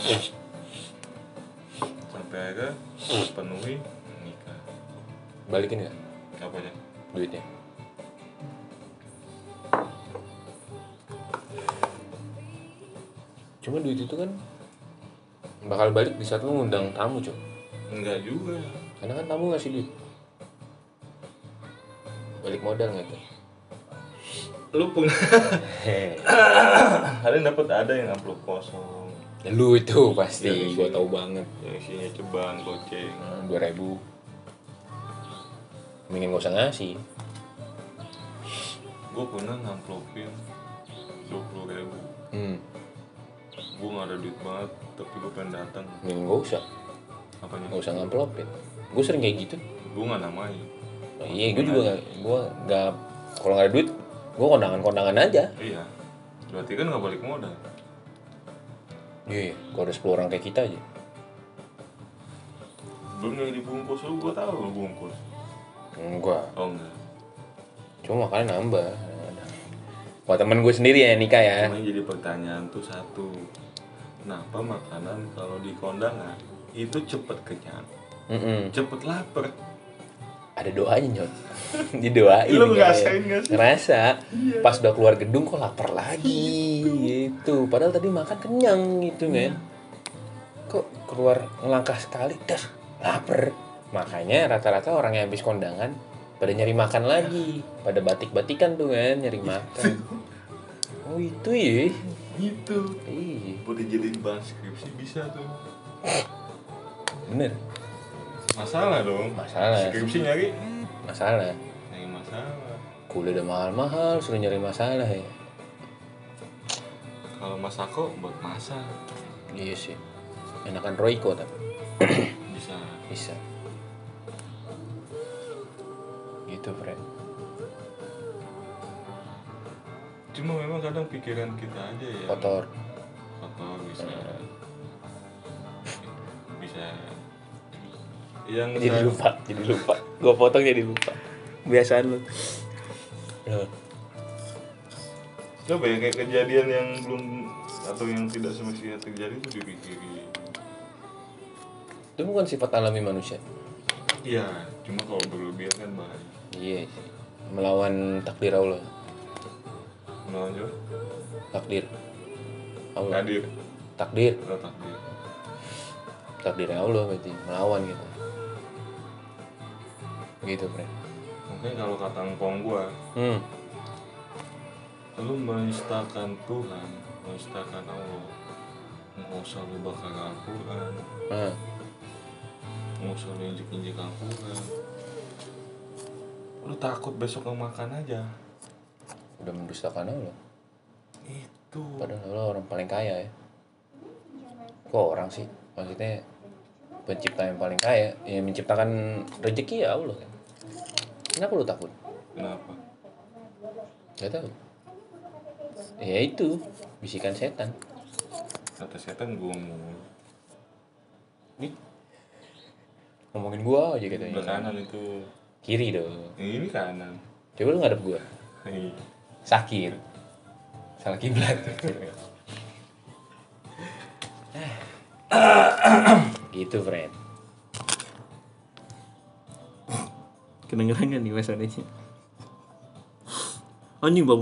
Speaker 2: Sampai akhirnya penuhi nikah.
Speaker 1: Balikin nggak
Speaker 2: Apanya?
Speaker 1: duitnya? Cuma duit itu kan bakal balik di saat lu ngundang tamu, Cok.
Speaker 2: Enggak juga.
Speaker 1: Karena kan tamu ngasih duit. Balik modal nggak
Speaker 2: <laughs>
Speaker 1: tuh?
Speaker 2: lu punya <laughs> ada yang dapat ada yang amplop kosong
Speaker 1: Lu itu pasti,
Speaker 2: Iya, iya.
Speaker 1: gua tahu banget.
Speaker 2: yang isinya ceban goceng
Speaker 1: Eh, Dua ribu. Mendingan gak usah ngasih.
Speaker 2: gue pernah ngamplopin dua puluh ribu
Speaker 1: Hmm.
Speaker 2: gue nggak ada duit banget tapi gue pengen datang
Speaker 1: Mendingan gak usah.
Speaker 2: apanya
Speaker 1: Gak usah ngamplopin. Gue sering kayak gitu.
Speaker 2: gue nggak namain
Speaker 1: Oh, iya, gue juga gak, gue gak, kalau gak ada duit, gue kondangan-kondangan aja.
Speaker 2: iya berarti kan nggak balik modal
Speaker 1: Iya, kalau ada 10 orang kayak kita aja.
Speaker 2: belum yang dibungkus lu gue tahu lu bungkus
Speaker 1: Enggak,
Speaker 2: oh enggak
Speaker 1: cuma makannya nambah. Wah temen gue sendiri ya yang nikah ya.
Speaker 2: cuma yang jadi pertanyaan tuh satu kenapa makanan kalau di kondangan itu cepet kenyang
Speaker 1: Mm-mm.
Speaker 2: cepet lapar
Speaker 1: Ada doanya nyot. <laughs> Didoain.
Speaker 2: Lu
Speaker 1: kan.
Speaker 2: ngerasain nggak sih? Iya.
Speaker 1: Ngerasa. Pas udah keluar gedung kok lapar lagi gitu. Padahal tadi makan kenyang gitu kan.
Speaker 2: Iya.
Speaker 1: Kok keluar ngelangkah sekali, das lapar. Makanya rata-rata orang yang habis kondangan pada nyari makan lagi, pada batik-batikan tuh kan
Speaker 2: Iya.
Speaker 1: nyari
Speaker 2: <laughs>
Speaker 1: makan. Oh itu ya.
Speaker 2: gitu
Speaker 1: Iya,
Speaker 2: buat dijadiin bahan skripsi bisa tuh
Speaker 1: bener.
Speaker 2: masalah dong
Speaker 1: Masalah.
Speaker 2: skripsi nyari
Speaker 1: Masalah.
Speaker 2: nyari masalah
Speaker 1: Kuliah udah mahal-mahal, suruh nyari masalah ya.
Speaker 2: kalau masako buat masak
Speaker 1: Iya sih. Enakan Royco tapi
Speaker 2: bisa
Speaker 1: bisa. Gitu, friend.
Speaker 2: cuma memang kadang pikiran kita aja ya
Speaker 1: Kotor.
Speaker 2: kotor bisa bisa yang
Speaker 1: Jadi lupa, jadi lupa. Gua potong jadi lupa. Biasaan lu. Loh,
Speaker 2: coba ya kayak kejadian yang belum atau yang tidak semestinya terjadi itu dipikiri
Speaker 1: Itu bukan sifat alami manusia.
Speaker 2: iya cuma kalau berlebihan kan bahaya
Speaker 1: Iya sih. Melawan takdir Allah.
Speaker 2: menonjol
Speaker 1: Takdir. Allah.
Speaker 2: hadir
Speaker 1: Takdir.
Speaker 2: atau takdir
Speaker 1: Takdir Allah berarti melawan gitu. Gitu, friend.
Speaker 2: mungkin kalau kata engkong gua
Speaker 1: Hmm.
Speaker 2: lu menistakan Tuhan, menistakan Allah, mengusah lu bakar Al-Quran,
Speaker 1: Nah.
Speaker 2: mengusah lu injek-injek Al-Quran. Lu takut besok gak makan aja.
Speaker 1: udah mendustakan Allah
Speaker 2: Itu.
Speaker 1: padahal Allah orang paling kaya ya kok orang sih maksudnya pencipta yang paling kaya yang menciptakan rezeki ya Allah kan kenapa lu takut
Speaker 2: Kenapa?
Speaker 1: gak tahu ya itu bisikan setan
Speaker 2: Kata setan gua mulu.
Speaker 1: nih ngomongin gua aja
Speaker 2: Belah
Speaker 1: katanya
Speaker 2: kanan itu.
Speaker 1: kiri dong
Speaker 2: Yang ini kanan.
Speaker 1: coba lu ngadep gua
Speaker 2: Nih.
Speaker 1: sakit salah kiblat gitu friend
Speaker 3: Kedengeran gak nih mas Anehnya? Anjing bang